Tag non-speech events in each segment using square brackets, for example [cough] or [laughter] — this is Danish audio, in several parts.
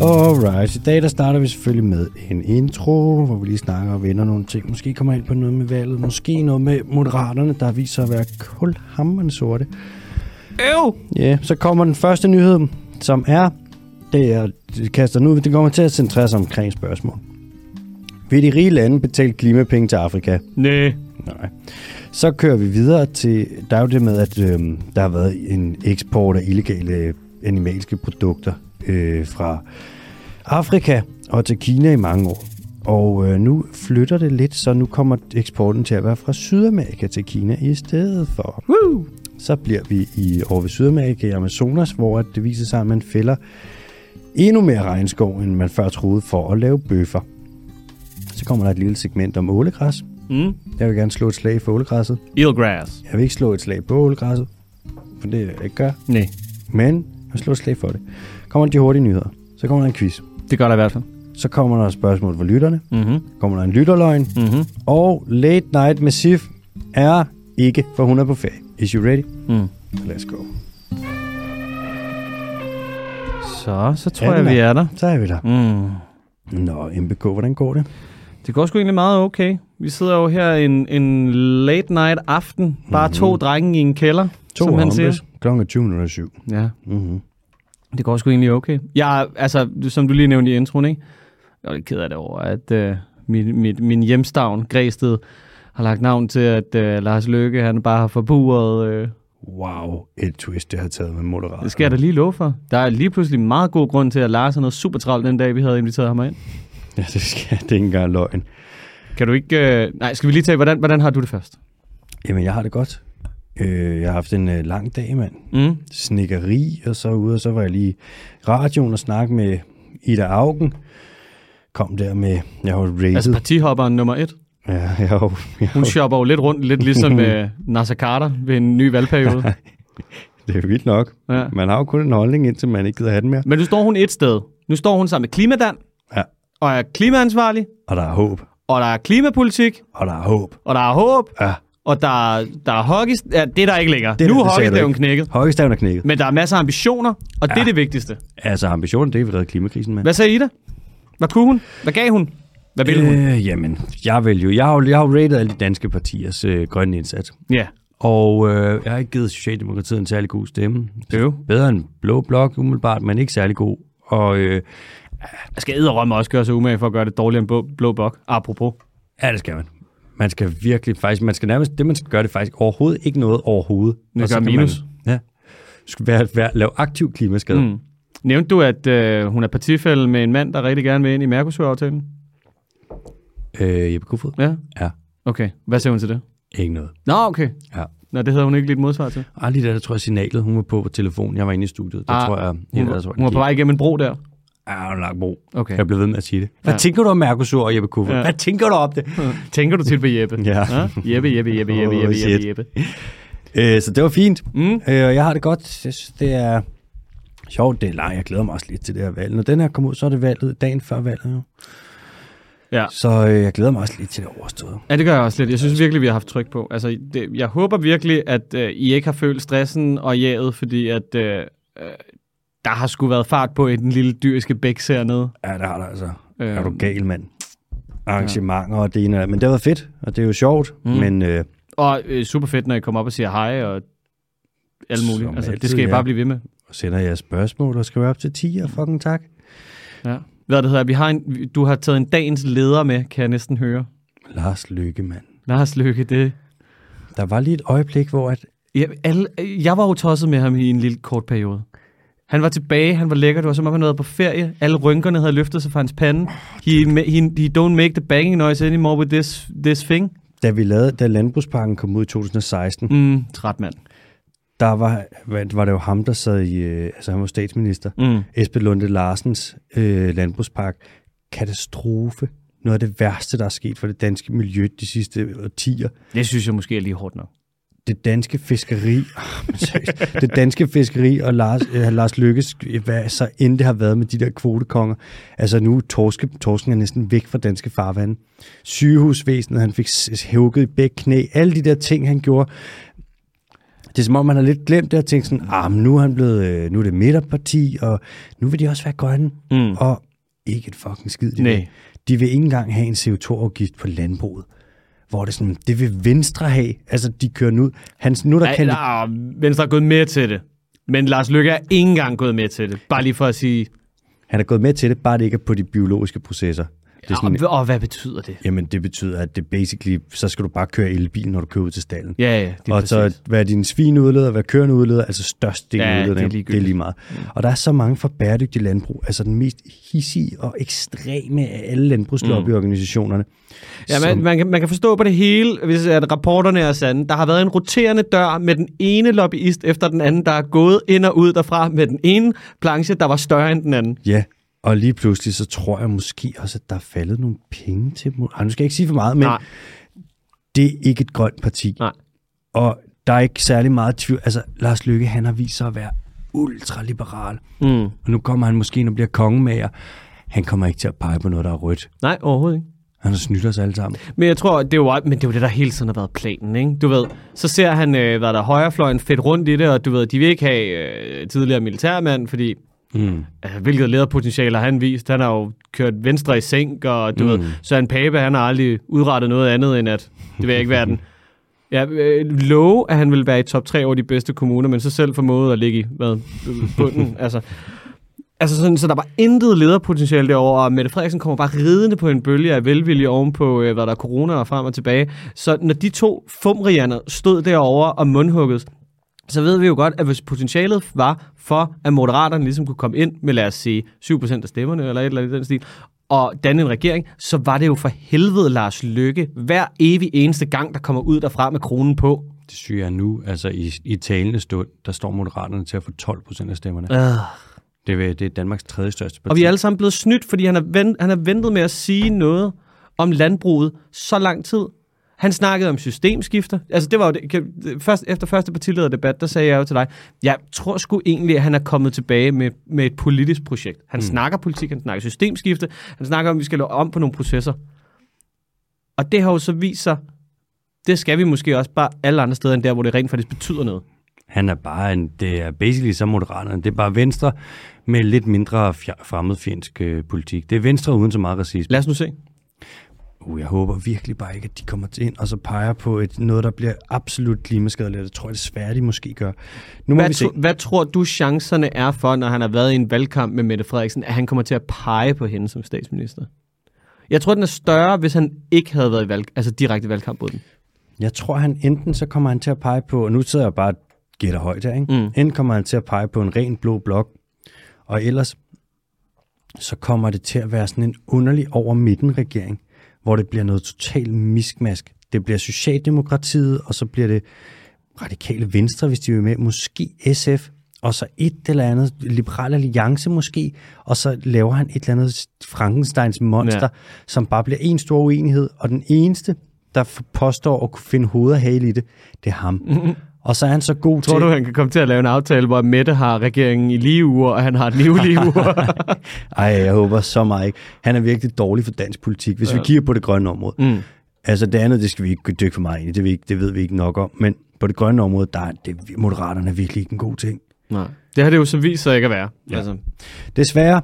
Alright, i dag der starter vi selvfølgelig med en intro, hvor vi lige snakker og vender nogle ting. Måske kommer ind på noget med valget, måske noget med moderaterne, der viser at være kulhammerne sorte. Øv! Ja, yeah. så kommer den første nyhed, som er, det er, det kaster nu, det kommer til at centrere sig omkring spørgsmål. Vil de rige lande betale klimapenge til Afrika? Næh. Nej. Så kører vi videre til, der er jo det med, at øh, der har været en eksport af illegale øh, animalske produkter øh, fra Afrika og til Kina i mange år. Og øh, nu flytter det lidt, så nu kommer eksporten til at være fra Sydamerika til Kina i stedet for. Woo! Så bliver vi i over ved Sydamerika i Amazonas, hvor at det viser sig, at man fælder endnu mere regnskov, end man før troede for at lave bøffer. Så kommer der et lille segment om ålegræs. Mm. Jeg vil gerne slå et slag for ålegræsset. Eelgrass. Jeg vil ikke slå et slag på ålegræsset, for det er det, jeg ikke gør. Næh. Men jeg vil slå et slag for det. Kommer de hurtige nyheder. Så kommer der en quiz. Det gør der i hvert fald. Så kommer der et spørgsmål fra lytterne. Mhm. Kommer der en lytterløgn. Mhm. Og Late Night med Sif er ikke, for hun er på ferie. Is you ready? Mm. Let's go. Så, så tror Ja, ja, jeg, den er. vi er der. Så er vi der. Mm. Nå, MBK, hvordan går det? Det går sgu egentlig meget okay. Vi sidder jo her en, en late night aften. Bare to drenge i en kælder, To som han siger. hombres. Klokken er 20.07. Ja, Mm-hmm. det går sgu egentlig okay. Jeg, er- altså, som du lige nævnte i introen, ikke? Jeg er lidt ked af det over, at øh, min, mit, min hjemstavn, Græsted, har lagt navn til, at øh, Lars Løkke, han bare har forburet... Øh, Wow, et twist, det har taget med moderat. Det skal jeg da lige love for. Der er lige pludselig meget god grund til, at Lars har noget super travlt den dag, vi havde inviteret ham ind. Ja, det skal det er ikke engang løgn. Kan du ikke... Øh... Nej, skal vi lige tage, hvordan, hvordan har du det først? Jamen, jeg har det godt. Øh, jeg har haft en øh, lang dag, mand. Mm. snikkeri og så ude, og så var jeg lige i radioen og snakke med Ida Augen. Kom der med, jeg har jo rated. Altså Altså, partihopperen nummer et. ja, jeg har, jo- jeg [laughs] har, Hun jo- shopper jo lidt rundt, lidt [laughs] ligesom øh, Nasser Carter ved en ny valgperiode. det er jo vildt nok. Ja. Man har jo kun en holdning, indtil man ikke gider have den mere. Men nu står hun et sted. Nu står hun sammen med Klimadan, Ja. og er klimaansvarlig, Og der er håb. og der er klimapolitik, Og der er håb. og der er håb, Ja, og der, er- der er hockey... Ja, det er der ikke længere. Det er Det, nu der- er det sagde du hockeystaven ikke. knækket. højestaven er knækket. Men der er masser af ambitioner, og ja. det er det vigtigste. Altså ambitionen, det er vi redde klimakrisen med. Hvad sagde Ida? Hvad kunne hun? Hvad gav hun? Hvad ville hun? Øh, jamen, jeg vil jo. Jeg har jo, jeg har jo rated alle de danske partiers øh, grønne indsats. Ja. Og øh, jeg har ikke givet Socialdemokratiet en særlig god stemme. Øv. Bedre end Blå Blok, umiddelbart, men ikke særlig god. Og øh, Jeg skal edderrømme også gøre sig umage for at gøre det dårligere end blå, blå bok. Apropos. Ja, det skal man. Man skal virkelig faktisk, man skal nærmest, det man skal gøre, det er faktisk overhovedet ikke noget overhovedet. Det Og så gør kan minus. Man, ja. Skal være, være, lave aktiv klimaskade. Mm. Mm. Nævnte du, at øh, hun er partifælde med en mand, der rigtig gerne vil ind i Mercosur-aftalen? Øh, Jeppe Kofod? Ja? Ja. Okay. Hvad siger hun til det? Ikke noget. Nå, okay. Ja. Nå, det havde hun ikke lidt modsvar til. Ah, lige der, der tror jeg signalet, hun var på på telefonen. Jeg var inde i studiet. Der Ah, ah, tror jeg, Hun, ellers var hun var på vej igennem en bro der. Ja, Ah, hun lang bro. Okay. Jeg blev ved med at sige det. Hvad Ja. ja. tænker du om Mercosur og Jeppe Kofod? Ja. Ja. Hvad tænker du om det? [laughs] Tænker du tit på Jeppe? Ja. Jeppe, Jeppe, Jeppe, Jeppe, Oh, Jeppe, Jeppe, shit. Jeppe. Øh, så det var fint. Mm. Øh, og jeg har det godt. Jeg synes, det er sjovt. Det er langt. Jeg glæder mig også lidt til det her valg. Når den her kommer ud, så er det valget dagen før valget. Jo. Ja. Så øh, jeg glæder mig også lidt til det overstået. Ja, det gør jeg også lidt. Jeg synes virkelig, vi har haft tryk på. Altså, det, jeg håber virkelig, at øh, I ikke har følt stressen og jaget, fordi at, øh, øh, der har sgu været fart på i den lille dyriske bæks hernede. Ja, det har der altså. Øh, Er du gal, mand? Arrangementer og det ene og det andet. Men det har været fedt, og det er jo sjovt. Mm. Men øh, Og øh, super fedt, når I kommer op og siger hej og alt muligt. Som altså, det altid, skal I ja. bare blive ved med. sender jeg spørgsmål og skriver op til 10, og fucking tak. Ja. Hvad det hedder, vi har en, vi- du har taget en dagens leder med, kan jeg næsten høre. Lars Lykke, mand. Lars Lykke, det... Der var lige et øjeblik, hvor at... Ja, alle, jeg var jo tosset med ham i en lille kort periode. Han var tilbage, han var lækker, det var som om han havde været på ferie. Alle rynkerne havde løftet sig fra hans pande. He, ma- he, he don't make the banging noise anymore with this, this thing. Da, vi lavede, da Landbrugsparken kom ud i 2016, mm. Mm, træt mand. der var, hvad- var det jo ham, der sad i... Øh, altså, han var statsminister. Mm. Esben Lunde Larsens øh, landbrugspark. Katastrofe. Noget af det værste, der er sket for det danske miljø de sidste årtier. Det synes jeg måske er lige hårdt nok. det danske fiskeri, [laughs] Ah, men seriøst. det danske fiskeri og Lars, øh, Lars Lykkes, hvad så end det har været med de der kvotekonger. Altså nu er torske, torsken er næsten væk fra danske farvande. Sygehusvæsenet, han fik hævket i begge knæ. Alle de der ting, han gjorde. Det er som om, man har lidt glemt det og tænkt sådan, ah, men nu er, han blevet, øh, nu er det midterparti, og nu vil de også være grønne. Mm. Og ikke et fucking skid. De, Nej. vil. de vil ikke engang have en CO2-afgift på landbruget. Hvor det er sådan, det vil Venstre have. Altså, de kører nu. Hans, nu er der Nej, kan nej, Venstre er gået med til det. Men Lars Lykke er ikke engang gået med til det. Bare lige for at sige, han er gået med til det, bare det ikke er på de biologiske processer. Det er sådan, og, og hvad betyder det? Jamen, det betyder, at det basically, så skal du bare køre elbil, når du kører ud til stallen. Ja, ja, det er og præcis. så, hvad din svin udleder, hvad køerne udleder, altså størstdelen Ja, ja, udleder, det er det er, det er ligegyldigt. Mm. lige meget. Og der er så mange for bæredygtig landbrug, altså den mest hissige og ekstreme af alle landbrugslobbyorganisationerne. Ja, man, man, kan, man kan forstå på det hele, hvis at rapporterne er sande. Der har været en roterende dør med den ene lobbyist efter den anden, der er gået ind og ud derfra med den ene planche, der var større end den anden. Ja, og lige pludselig, så tror jeg måske også, at der er faldet nogle penge til dem. Ah, nu skal jeg ikke sige for meget, men Nej. Nej. det er ikke et grønt parti. Nej. Og der er ikke særlig meget tvivl. Altså, Lars Lykke, han har vist sig at være ultraliberal. Mm. Og nu kommer han måske ind og bliver kongemager. Han kommer ikke til at pege på noget, der er rødt. Nej, overhovedet ikke. Han har snydt os alle sammen. Men jeg tror, det er jo, men det, er jo det, der hele tiden har været planen, ikke? Du ved, så ser han, øh, hvad der er, højrefløjen fedt rundt i det, og du ved, de vil ikke have øh, tidligere militærmand, fordi Mm. altså, hvilket lederpotentiale har han vist? Han har jo kørt venstre i sænk, og du mm. ved, Søren Pape, han har aldrig udrettet noget andet end at, det vil jeg ikke være den. Ja, øh, love, at han vil være i top 3 over de bedste kommuner, men så selv formået at ligge i hvad, øh, bunden. altså, altså sådan, så der var intet lederpotentiale derovre, og Mette Frederiksen kommer bare ridende på en bølge af velvilje ovenpå, øh, hvad der er corona og frem og tilbage. Så når de to fumrianer stod derovre og mundhuggede, så ved vi jo godt, at hvis potentialet var for, at moderaterne ligesom kunne komme ind med, lad os sige, 7% af stemmerne eller et eller andet i den stil, og danne en regering, så var det jo for helvede Lars Lykke hver evig eneste gang, der kommer ud derfra med kronen på. Det syge er nu, altså i, i talende stund, der står Moderaterne til at få 12 procent af stemmerne. Øh. Det, er, det er Danmarks tredje største parti. Og vi er alle sammen blevet snydt, fordi han har, vent, han har ventet med at sige noget om landbruget så lang tid. Han snakkede om systemskifter. Altså, det var jo det. kan- det- Først, efter første partilederdebat, der sagde jeg jo til dig, jeg tror sgu egentlig, at han er kommet tilbage med, med et politisk projekt. Han mm. snakker politik, han snakker systemskifte, han snakker om, at vi skal lave om på nogle processer. Og det har jo så vist sig, det skal vi måske også bare alle andre steder end der, hvor det rent faktisk betyder noget. Han er bare en, det er basically som Moderaterne. Det er bare Venstre med lidt mindre fjer- fremmedfjendsk øh, politik. Det er Venstre uden så meget racisme. Lad os nu se. Uh, jeg håber virkelig bare ikke, at de kommer til ind og så peger på et, noget, der bliver absolut klimaskadeligt. Det tror jeg desværre, de måske gør. Nu må Hvad, vi se. tro, hvad tror du chancerne er for, når han har været i en valgkamp med Mette Frederiksen, at han kommer til at pege på hende som statsminister? Jeg tror, den er større, hvis han ikke havde været i valg, altså direkte valgkamp mod den. Jeg tror, han enten så kommer han til at pege på, og nu sidder jeg bare og gætter højt her, ikke? Mm. enten kommer han til at pege på en ren blå blok, og ellers så kommer det til at være sådan en underlig over midten regering, hvor det bliver noget totalt miskmask. Det bliver Socialdemokratiet, og så bliver det radikale venstre, hvis de er med, måske SF, og så et eller andet liberal alliance måske, og så laver han et eller andet Frankensteins monster, Ja. ja. som bare bliver en stor uenighed, og den eneste, der f- påstår at kunne finde hoved og hale i det, det er ham. [laughs] Mm-hmm. Og så er han så god Tror til... du, han kan komme til at lave en aftale, hvor Mette har regeringen i lige uger, og han har den i [laughs] ulige uger? Ej, jeg håber så meget ikke. Han er virkelig dårlig for dansk politik, hvis ja. vi kigger på det grønne område. Mm. Altså det andet, det skal vi ikke dykke for meget ind i, det, ved vi ikke, det ved vi ikke nok om, men på det grønne område, der er det, moderaterne er virkelig ikke en god ting. Nej. Det har det jo så vist sig ikke at være. Ja. Altså, Desværre,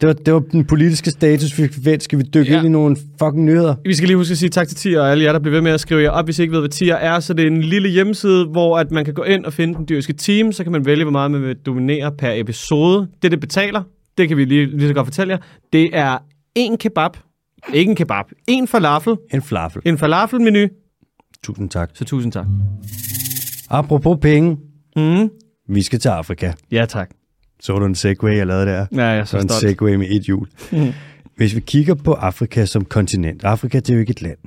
det var, det var den politiske status, vi fik vendt. Skal vi dykke Ja. ja. ind i nogle fucking nyheder? Vi skal lige huske at sige tak til Tier og alle jer, der bliver ved med at skrive jer op, hvis I ikke ved, hvad Tier er. Så det er en lille hjemmeside, hvor at man kan gå ind og finde den dyriske team. Så kan man vælge, hvor meget man vil dominere per episode. Det, det betaler, det kan vi lige, lige så godt fortælle jer. Det er en kebab. Ikke en kebab. En falafel. En flaffel. En falafelmenu. Tusind tak. Så tusind tak. Apropos penge, Mm. vi skal til Afrika. Ja, tak. Så du en segway, jeg lavede der? Ja, jeg er Så så en altså stolt. segway med et hjul. Hvis vi kigger på Afrika som kontinent, Afrika det er jo ikke et land,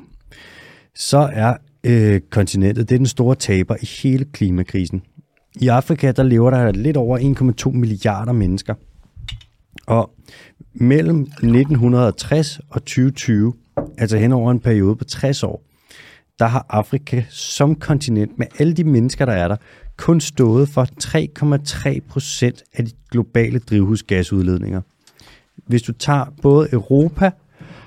så er øh, kontinentet det er den store taber i hele klimakrisen. I Afrika der lever der lidt over 1,2 milliarder mennesker. Og mellem 1960 og 2020, altså hen over en periode på 60 år, der har Afrika som kontinent med alle de mennesker, der er der, kun stået for 3,3 procent af de globale drivhusgasudledninger. Hvis du tager både Europa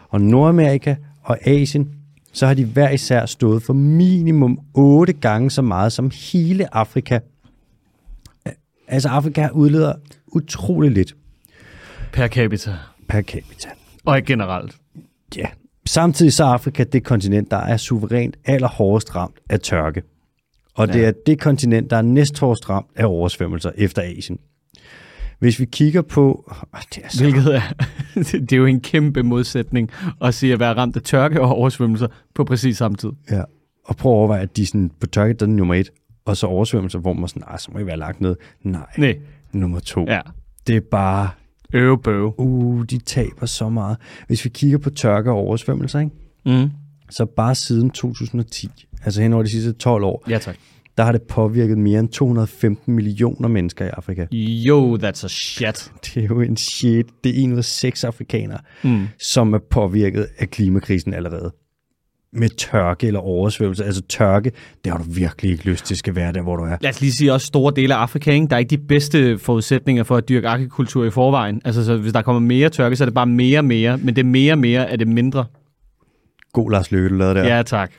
og Nordamerika og Asien, så har de hver især stået for minimum 8 gange så meget som hele Afrika. Altså Afrika udleder utrolig lidt Per capita. per capita. Og ikke generelt. Ja. Samtidig så er Afrika det kontinent, der er suverænt allerhårdest ramt af tørke. Og det Ja. er det kontinent, der er næsthårdest ramt af oversvømmelser efter Asien. Hvis vi kigger på... Oh, det er så Hvilket er, [laughs] det er jo en kæmpe modsætning at sige at være ramt af tørke og oversvømmelser på præcis samme tid. Ja. Og prøv at overveje, at de sådan, på tørket, der er den nummer et, og så oversvømmelser, hvor man er sådan, nej, så må I være lagt ned. Nej, Nej, nummer to. ja. Det er bare, Øve bøve. uh, de taber så meget. Hvis vi kigger på tørke og oversvømmelser, ikke? Mm. så bare siden 2010, altså hen over de sidste 12 år, Ja tak. der har det påvirket mere end 215 millioner mennesker i Afrika. Yo, that's a shit. Det er jo en shit. Det er en ud af seks afrikanere, Mm. som er påvirket af klimakrisen allerede. Med tørke eller oversvømmelse. Altså tørke, det har du virkelig ikke lyst til skal være der, hvor du er. Lad os lige sige også store dele af Afrika, ikke? der er ikke de bedste forudsætninger for at dyrke agrikultur i forvejen. Altså så hvis der kommer mere tørke, så er det bare mere mere, men det er mere mere, er det mindre. God Lars Løkke, du lavede der. Ja, ja tak.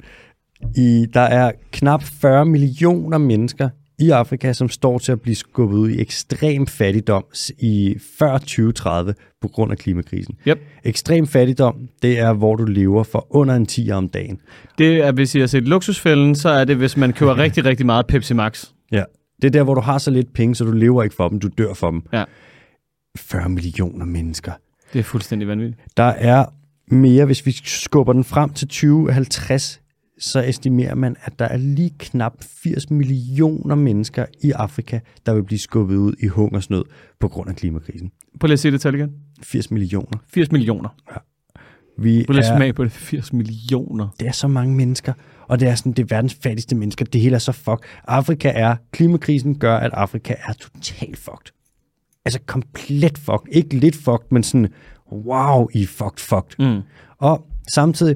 I, der er knap 40 millioner mennesker i Afrika, som står til at blive skubbet ud i ekstrem fattigdom s- i før 2030 på grund af klimakrisen. Yep. Ekstrem fattigdom, det er, hvor du lever for under en 10 om dagen. Det er, hvis I har set luksusfælden, så er det, hvis man [laughs] køber rigtig, rigtig meget Pepsi Max. Ja. Det er der, hvor du har så lidt penge, så du lever ikke for dem, du dør for dem. Ja. 40 millioner mennesker. Det er fuldstændig vanvittigt. Der er mere, hvis vi skubber den frem til 2050, så estimerer man, at der er lige knap 80 millioner mennesker i Afrika, der vil blive skubbet ud i hungersnød på grund af klimakrisen. Prøv lige at sige det tal igen. 80 millioner. 80 millioner. Vi Prøv lige at er, smage på det. 80 millioner. det er så mange mennesker, og det er sådan, det er verdens fattigste mennesker. Det hele er så fuck. Afrika er, klimakrisen gør, at Afrika er totalt fucked. Altså komplet fucked. Ikke lidt fucked, men sådan, wow, I er fucked, fucked. Mm. Og samtidig,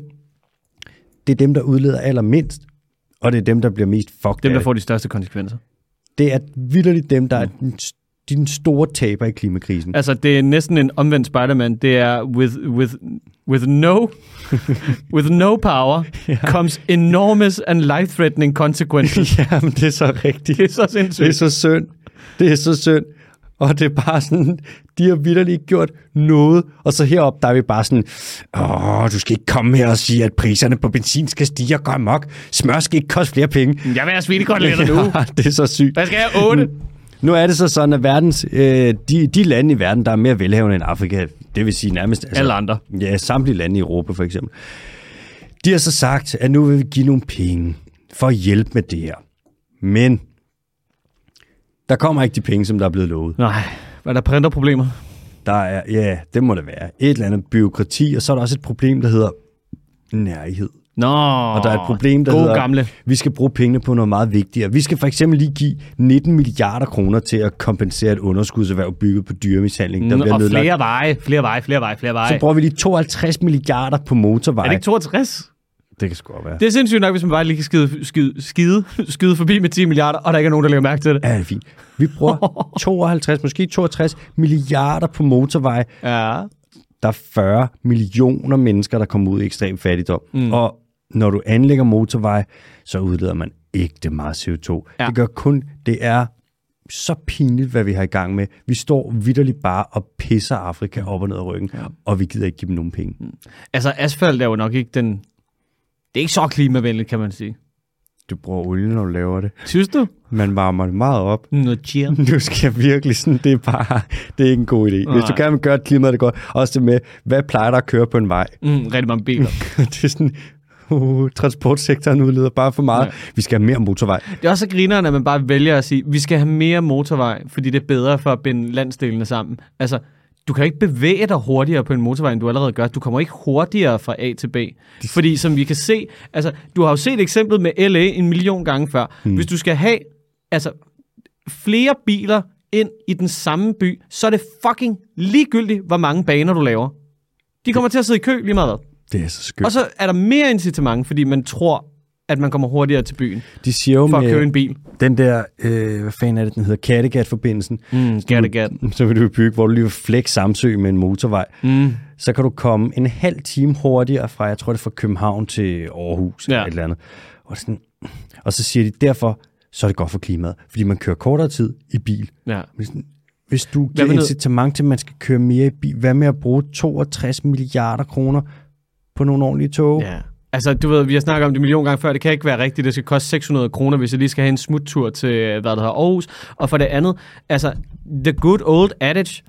det er dem, der udleder allermindst, og det er dem, der bliver mest fucked Dem, af der det. får Mm. de største konsekvenser. Det er vidderligt dem, der er den, de er den store taber i klimakrisen. Altså, det er næsten en omvendt Spider-Man. Det er with, with, [laughs] with no, with no power comes enormous and life-threatening consequences. [laughs] Ja, men det er så rigtigt. det er så [laughs] Det er sindssygt. så synd. Det er så synd. Og det er bare sådan, de har vidderligt ikke gjort noget. Og så heroppe, der er vi bare sådan, åh, du skal ikke komme her og sige, at priserne på benzin skal stige og gå amok. Smør skal ikke koste flere penge. Jeg vil have svinekoteletter [laughs] nu. det er så sygt. Hvad skal jeg? 8? Nu er det så sådan, at verdens, øh, de, de lande i verden, der er mere velhavende end Afrika, det vil sige nærmest... Altså, Alle andre. Ja, samtlige lande i Europa for eksempel. De har så sagt, at nu vil vi give nogle penge for at hjælpe med det her. Men der kommer ikke de penge, som der er blevet lovet. Nej, var der printerproblemer? Der er, ja, det må det være. Et eller andet byråkrati, og så er der også et problem, der hedder nærhed. Nå, Og der er et problem, der gode hedder, gamle. vi skal bruge pengene på noget meget vigtigere. Vi skal for eksempel lige give 19 milliarder kroner til at kompensere et underskudserhverv bygget på dyremishandling, der Mm, bliver Og nedlagt. flere veje, flere veje, flere veje, flere veje. Så bruger vi lige 52 milliarder på motorveje. er det ikke 62? det kan sgu godt være. Det er sindssygt nok, hvis man bare lige kan skide, skide, skide, skyde forbi med 10 milliarder, og der ikke er nogen, der lægger mærke til det. Ja, det er fint. Vi [laughs] bruger 52, måske 62 milliarder på motorveje. Ja. Der er 40 millioner mennesker, der kommer ud i ekstrem fattigdom. Mm. Og når du anlægger motorveje, så udleder man ikke det meget CO2. Ja. Ja. Det gør kun, det er så pinligt, hvad vi har i gang med. Vi står vidderligt bare og pisser Afrika op og ned ad ryggen, ja. Mm. og vi gider ikke give dem nogen penge. Altså, asfalt er jo nok ikke den... Det er ikke så klimavenligt, kan man sige. Du bruger olie, når du laver det. Synes du? Man varmer det meget op, Noget cheer. [laughs] Nu skal jeg virkelig sådan, det er bare, det er ikke en god idé. Nej. Hvis du Nej. gerne vil gøre at klimaet det godt, også det med, hvad plejer der at køre på en vej? [laughs] Mm, rigtig mange biler. det er sådan, uh, transportsektoren udleder bare for meget. Nej. Vi skal have mere motorvej. Det er også så grineren, at man bare vælger at sige, vi skal have mere motorvej, fordi det er bedre for at binde landsdelene sammen. Altså, du kan ikke bevæge dig hurtigere på en motorvej, end du allerede gør. Du kommer ikke hurtigere fra A til B. Fordi som vi kan se, altså, du har jo set eksemplet med LA en million gange før. Hvis du skal have altså, flere biler ind i den samme by, så er det fucking ligegyldigt, hvor mange baner du laver. De kommer til at sidde i kø lige meget. hvad. Det er så skørt. Og så er der mere incitament, fordi man tror, at man kommer hurtigere til byen De siger jo for at med købe en bil. den der, øh, hvad fanden er det, den hedder, Kattegat-forbindelsen, Mm, Kattegat. [laughs] så vil du bygge, hvor du lige vil flække Samsø med en motorvej. Mm. så kan du komme en halv time hurtigere fra, jeg tror det er fra København til Aarhus ja. eller Ja. et eller andet. Og, det er sådan, og så siger de, derfor så er det godt for klimaet, fordi man kører kortere tid i bil. Ja. Men sådan, Hvis du Hvad giver med noget- incitament til, at man skal køre mere i bil, hvad med at bruge 62 milliarder kroner på nogle ordentlige tog? ja. Altså, du ved, vi har snakket om det en million gange før. Det kan ikke være rigtigt. Det skal koste 600 kroner, hvis jeg lige skal have en smuttur til, hvad det hedder, Aarhus. Og for det andet, altså, the good old adage,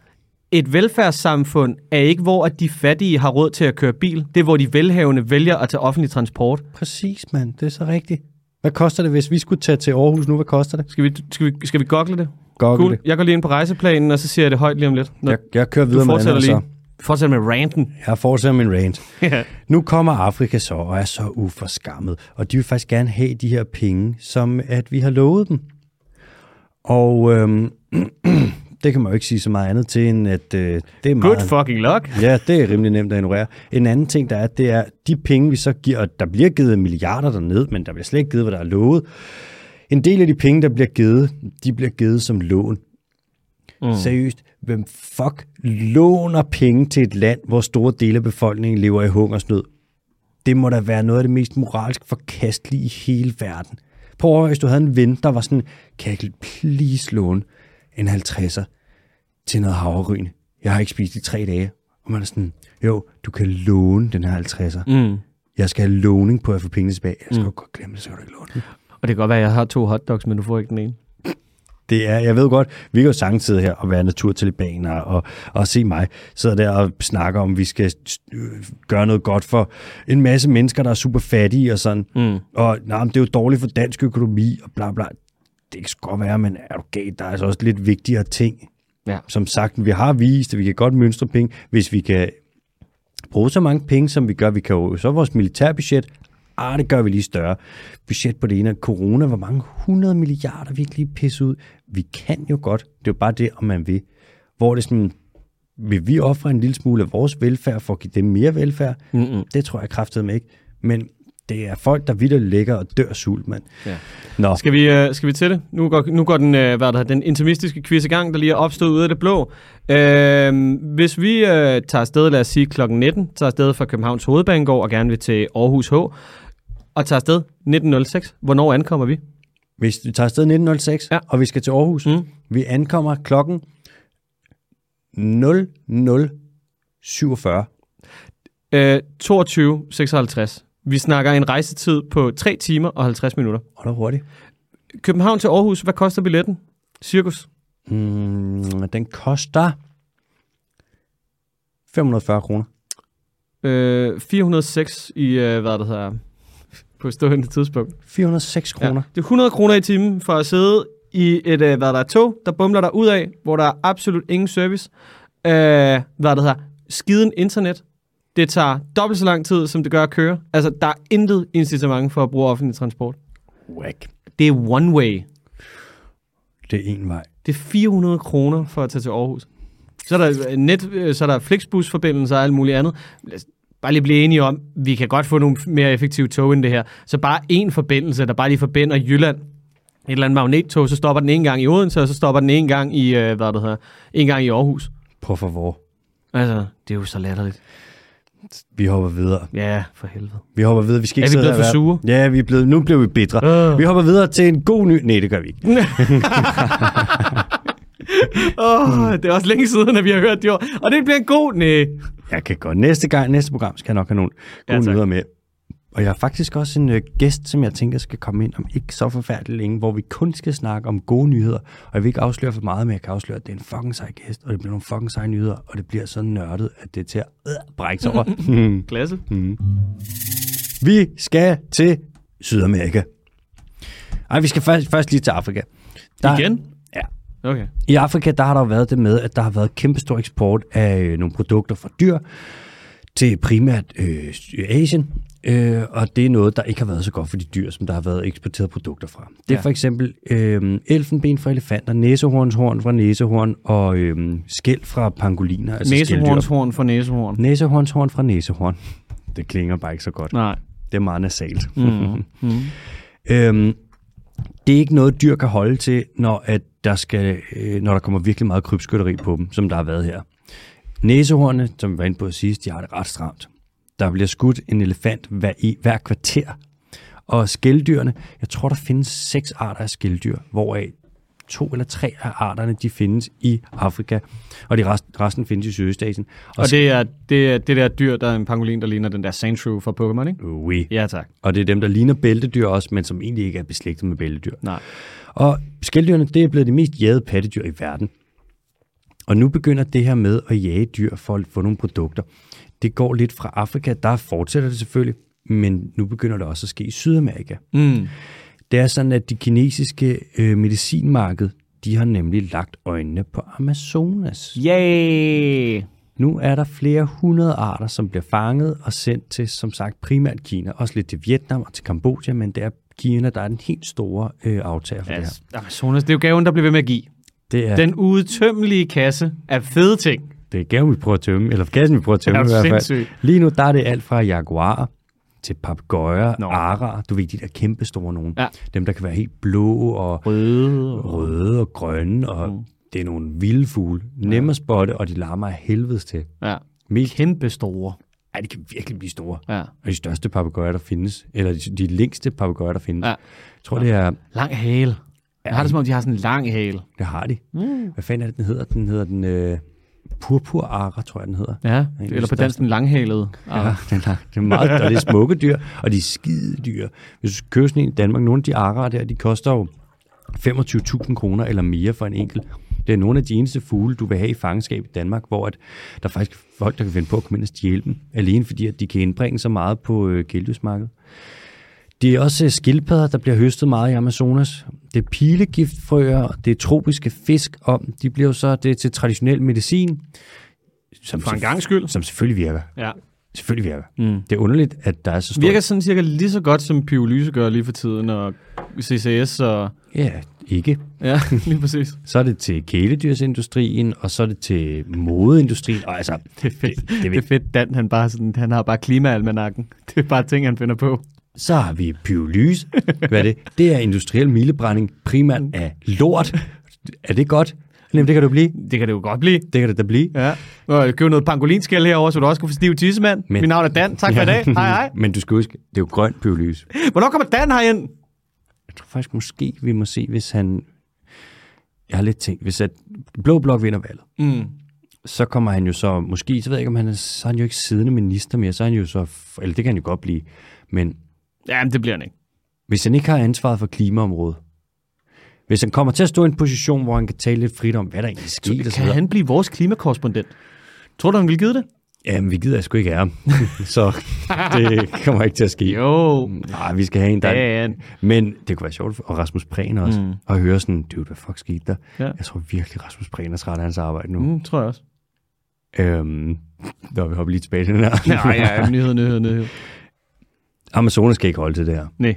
et velfærdssamfund er ikke, hvor at de fattige har råd til at køre bil. Det er, hvor de velhavende vælger at tage offentlig transport. Præcis, mand. Det er så rigtigt. Hvad koster det, hvis vi skulle tage til Aarhus nu? Hvad koster det? Skal vi, skal vi, skal vi gogle det? Google Cool. det. Jeg går lige ind på rejseplanen, og så siger jeg det højt lige om lidt. Nå, Jeg, jeg kører videre du med den fortsætter her, så. lige. Fortsætter med [laughs] ranten. Jeg fortsætter min rant. Nu kommer Afrika så og er så uforskammet, og de vil faktisk gerne have de her penge, som at vi har lovet dem. Og øhm, [clears throat] det kan man jo ikke sige så meget andet til, end at øh, det er meget... Good fucking luck. [laughs] Ja, det er rimelig nemt at ignorere. En anden ting, der er, det er, de penge, vi så giver, og der bliver givet milliarder derned, men der bliver slet ikke givet, hvad der er lovet. En del af de penge, der bliver givet, de bliver givet som lån. Mm. Seriøst, hvem fuck låner penge til et land, hvor store dele af befolkningen lever i hungersnød? Det må da være noget af det mest moralsk forkastelige i hele verden. Prøv at høre, hvis du havde en ven, der var sådan, kan jeg ikke please låne en 50'er? til noget havregryn. Jeg har ikke spist i tre dage. Og man er sådan, jo, du kan låne den her 50'er. Mm. Jeg skal have låning på at få pengene tilbage. Jeg skal mm. godt glemme det, så kan du ikke låne den. Og det kan godt være, at jeg har to hotdogs, men du får ikke den ene. Det er, jeg ved godt, vi kan jo sagtens sidde her og være naturtalibaner og, og se mig sidde der og snakke om, at vi skal øh, gøre noget godt for en masse mennesker, der er super fattige og sådan. Mm. Og nej, men det er jo dårligt for dansk økonomi og bla bla. Det kan sgu godt være, men er du gal? Der er altså også lidt vigtigere ting. Ja. Som sagt, vi har vist, at vi kan godt mønstre penge, hvis vi kan bruge så mange penge, som vi gør. Vi kan jo så vores militærbudget, ah, det gør vi lige større. Budget på det ene, corona, hvor mange 100 milliarder vi ikke lige pisse ud. Vi kan jo godt, det er jo bare det, om man vil. Hvor det er sådan, vil vi ofre en lille smule af vores velfærd for at give dem mere velfærd? Mm-mm. Det tror jeg kraftedeme ikke. Men det er folk, der vidt ligger og dør af sult, mand. Ja. Nå, Skal vi, øh, skal vi til det? Nu går, nu går den, øh, hvad der, den intimistiske quiz i gang, der lige er opstået ude af det blå. Øh, hvis vi øh, tager afsted, lad os sige kl. 19, tager afsted fra Københavns Hovedbanegård og gerne vil til Aarhus H, og tager afsted 1906, hvornår ankommer vi? hvis vi tager afsted 1906, ja. Ja. og vi skal til Aarhus, mm. vi ankommer klokken 0047. Øh, 22.56. Vi snakker en rejsetid på 3 timer og 50 minutter. Og der hurtigt. København til Aarhus, hvad koster billetten? Cirkus. Mm, den koster 540 kroner. Øh, 406 i, øh, hvad det hedder, på stående tidspunkt. 406 kroner. Ja, det er 100 kroner i timen for at sidde i et, øh, hvad der er, tog, der bumler dig ud af, hvor der er absolut ingen service. Øh, hvad der hedder, skiden internet. Det tager dobbelt så lang tid, som det gør at køre. Altså, der er intet incitament for at bruge offentlig transport. Ja. Whack. Det er one way. Det er en vej. Det er 400 kroner for at tage til Aarhus. Så er der, øh, net, øh, så er der flexbusforbindelser og alt muligt andet. Lad os bare lige blive enige om, vi kan godt få nogle mere effektive tog end det her. Så bare en forbindelse, der bare lige forbinder Jylland. Et eller andet magnettog, så stopper den en gang i Odense, og så stopper den en gang i, øh, hvad det hedder, en gang i Aarhus. På favor. Altså, det er jo så latterligt. Vi hopper videre. Ja, for helvede. Vi hopper videre. Vi skal Er ikke vi sidde blevet her for og være- Ja, vi er blevet, nu bliver vi bitre. Øh. Vi hopper videre til en god ny... Nej, det gør vi ikke. Åh, oh, det er også længe siden, at vi har hørt det ord. Og det bliver en god, nej. Jeg kan godt. Næste gang, næste program, skal jeg nok have nogle Ja, gode tak. nyheder med. Og jeg har faktisk også en øh, gæst, som jeg tænker skal komme ind om ikke så forfærdeligt længe, hvor vi kun skal snakke om gode nyheder. Og jeg vil ikke afsløre for meget, men jeg kan afsløre, at det er en fucking sej gæst, og det bliver nogle fucking seje nyheder, og det bliver så nørdet, at det er til at øh, brække sig over. [laughs] Hmm. Klasse. vi skal til Sydamerika. Ej, vi skal først, først lige til Afrika. Igen? Ja. Okay. I Afrika, der har der jo været det med, at der har været kæmpestor eksport af øh, nogle produkter fra dyr til primært øh, Asien, øh, og det er noget, der ikke har været så godt for de dyr, som der har været eksporteret produkter fra. Det er ja. Ja. for eksempel øh, elfenben fra elefanter, næsehornshorn fra næsehorn og øh, skæld fra pangoliner, altså skælddyr. Næsehornshorn for næsehorn. Næsehornshorn fra næsehorn. Det klinger bare ikke så godt. Nej. Det er meget nasalt. [laughs] Mm. Mm. Øhm, det er ikke noget, dyr kan holde til, når, at der, skal, øh, når der kommer virkelig meget krybskytteri på dem, som der har været her. Næsehornene, som vi var inde på sidst, de har det ret stramt. Der bliver skudt en elefant hver, i, hver kvarter. Og skældyrene, jeg tror, der findes seks arter af skælddyr, hvoraf to eller tre af arterne, de findes i Afrika, og de rest, resten findes i Sydøstasien. Og, Og det er, det er det der dyr, der er en pangolin, der ligner den der Sandshrew fra Pokémon, ikke? oui. Ja, tak. Og det er dem, der ligner bæltedyr også, men som egentlig ikke er beslægtet med bæltedyr. Nej. Og skældyrene, det er blevet de mest jagede pattedyr i verden. Og nu begynder det her med at jage dyr for at få nogle produkter. Det går lidt fra Afrika, der fortsætter det selvfølgelig, men nu begynder det også at ske i Sydamerika. Mm. Det er sådan, at de kinesiske øh, medicinmarked, de har nemlig lagt øjnene på Amazonas. Yay! Nu er der flere hundrede arter, som bliver fanget og sendt til, som sagt, primært Kina. Også lidt til Vietnam og til Kambodja, men det er Kina, der er den helt store øh, aftager for Altså, Amazonas, det er jo gaven, der bliver ved med at give. det her. Det er, Den udtømmelige kasse af fede ting. det er gaven, vi prøver at tømme, eller kassen, vi prøver at tømme Ja, i hvert fald. sindssygt. Lige nu, der er det alt fra jaguarer til papegøjer, Nå. arer, du ved, de der kæmpe store nogen. Ja. Dem, der kan være helt blå og Røde. røde og grønne, og mm. det er nogle vilde fugle. Nemme at spotte, og de larmer af helvedes til. Ja. Mest- Kæmpe store. Ja, de kan virkelig blive store. Ja. Og de største papegøjer, der findes, eller de, de længste papegøjer, der findes. Ja. Jeg tror, det er, Lang hale. Jeg har det, som om de har sådan en lang hale. det har de. Mm. Hvad fanden er det, den hedder? Den hedder den øh, purpurara, tror jeg, den hedder. Ja, det eller på største. dansk den langhalede. Ja, den er, [laughs] det er meget, og det er smukke dyr, og de er skide dyr. Hvis du skal købe sådan en i Danmark, nogle af de arer der, de koster jo 25.000 kroner eller mere for en enkelt. Det er nogle af de eneste fugle, du vil have i fangenskab i Danmark, hvor at der er faktisk folk, der kan finde på at komme ind og stjæle dem, alene fordi at de kan indbringe så meget på øh, kæledyrsmarkedet. Det er også øh, skildpadder, der bliver høstet meget i Amazonas. Det er pilegiftfrøer, og det er tropiske fisk, og de bliver jo så det er til traditionel medicin. Som For en gang skyld. Som selvfølgelig virker. Ja. Selvfølgelig virker. Mm. Det er underligt, at der er så stor... Virker sådan cirka lige så godt, som pyrolyse gør lige for tiden, og CCS og... Ja, ikke. Ja, [laughs] lige præcis. Så er det til kæledyrsindustrien, og så er det til modeindustrien. Og [laughs] altså, det er fedt. Det, det er Det er fedt. fedt, Dan, han, bare sådan, han har bare klimaalmanakken. [laughs] Det er bare ting, han finder på. Så har vi pyrolyse. Hvad er det? Det er industriel milebrænding, primært af lort. Er det godt? Jamen, det kan du blive. Det kan det jo godt blive. Det kan det da blive. Ja. Og køb noget pangolinskæl herovre, så du også kan få stiv tissemand. Men- Mit navn er Dan. Tak for i [laughs] dag. Hej, hej. Men du skal huske, det er jo grøn pyrolyse. Hvornår kommer Dan herind? Jeg tror faktisk måske, vi må se, hvis han... Jeg har lidt tænkt, hvis at Blå Blok vinder valget, Mm. så kommer han jo så, måske, så ved jeg ikke, om han er, så er han jo ikke siddende minister mere, så er han jo så, eller det kan han jo godt blive, men Jamen, det bliver han ikke. hvis han ikke har ansvaret for klimaområdet, hvis han kommer til at stå i en position, hvor han kan tale lidt frit om, hvad der egentlig sker, og så Kan videre. han blive vores klimakorrespondent? Tror du, han ville give det? Jamen, vi gider sgu ikke af ham, [laughs] så det kommer ikke til at ske. Jo. Nej, vi skal have en, der... Dan. Men det kunne være sjovt, og Rasmus Prehn også, mm. at høre sådan, dude, hvad fuck skete der? Ja. Jeg tror virkelig, Rasmus Prehn er træt af hans arbejde nu. Mm. Mm, tror jeg også. Øhm, der vi hopper lige tilbage til den her. [laughs] Nej, ja, nyhed, nyhed, nyhed. [laughs] Amazonas skal ikke holde til det her. Nej.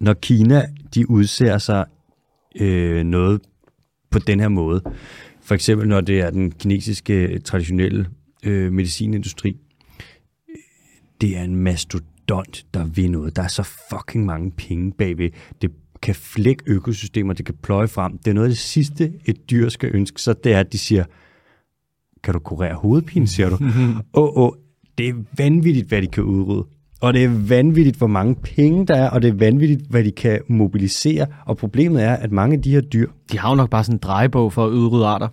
når Kina de udser sig øh, noget på den her måde, for eksempel når det er den kinesiske traditionelle øh, medicinindustri, øh, det er en mastodont, der vil noget. Der er så fucking mange penge bagved. Det kan flække økosystemer, det kan pløje frem. Det er noget af det sidste, et dyr skal ønske sig, det er, at de siger, kan du kurere hovedpine, siger du? Åh, åh, det er vanvittigt, hvad de kan udrydde. Og det er vanvittigt, hvor mange penge der er, og det er vanvittigt, hvad de kan mobilisere. Og problemet er, at mange af de her dyr, De har jo nok bare sådan en drejebog for at udrydde arter.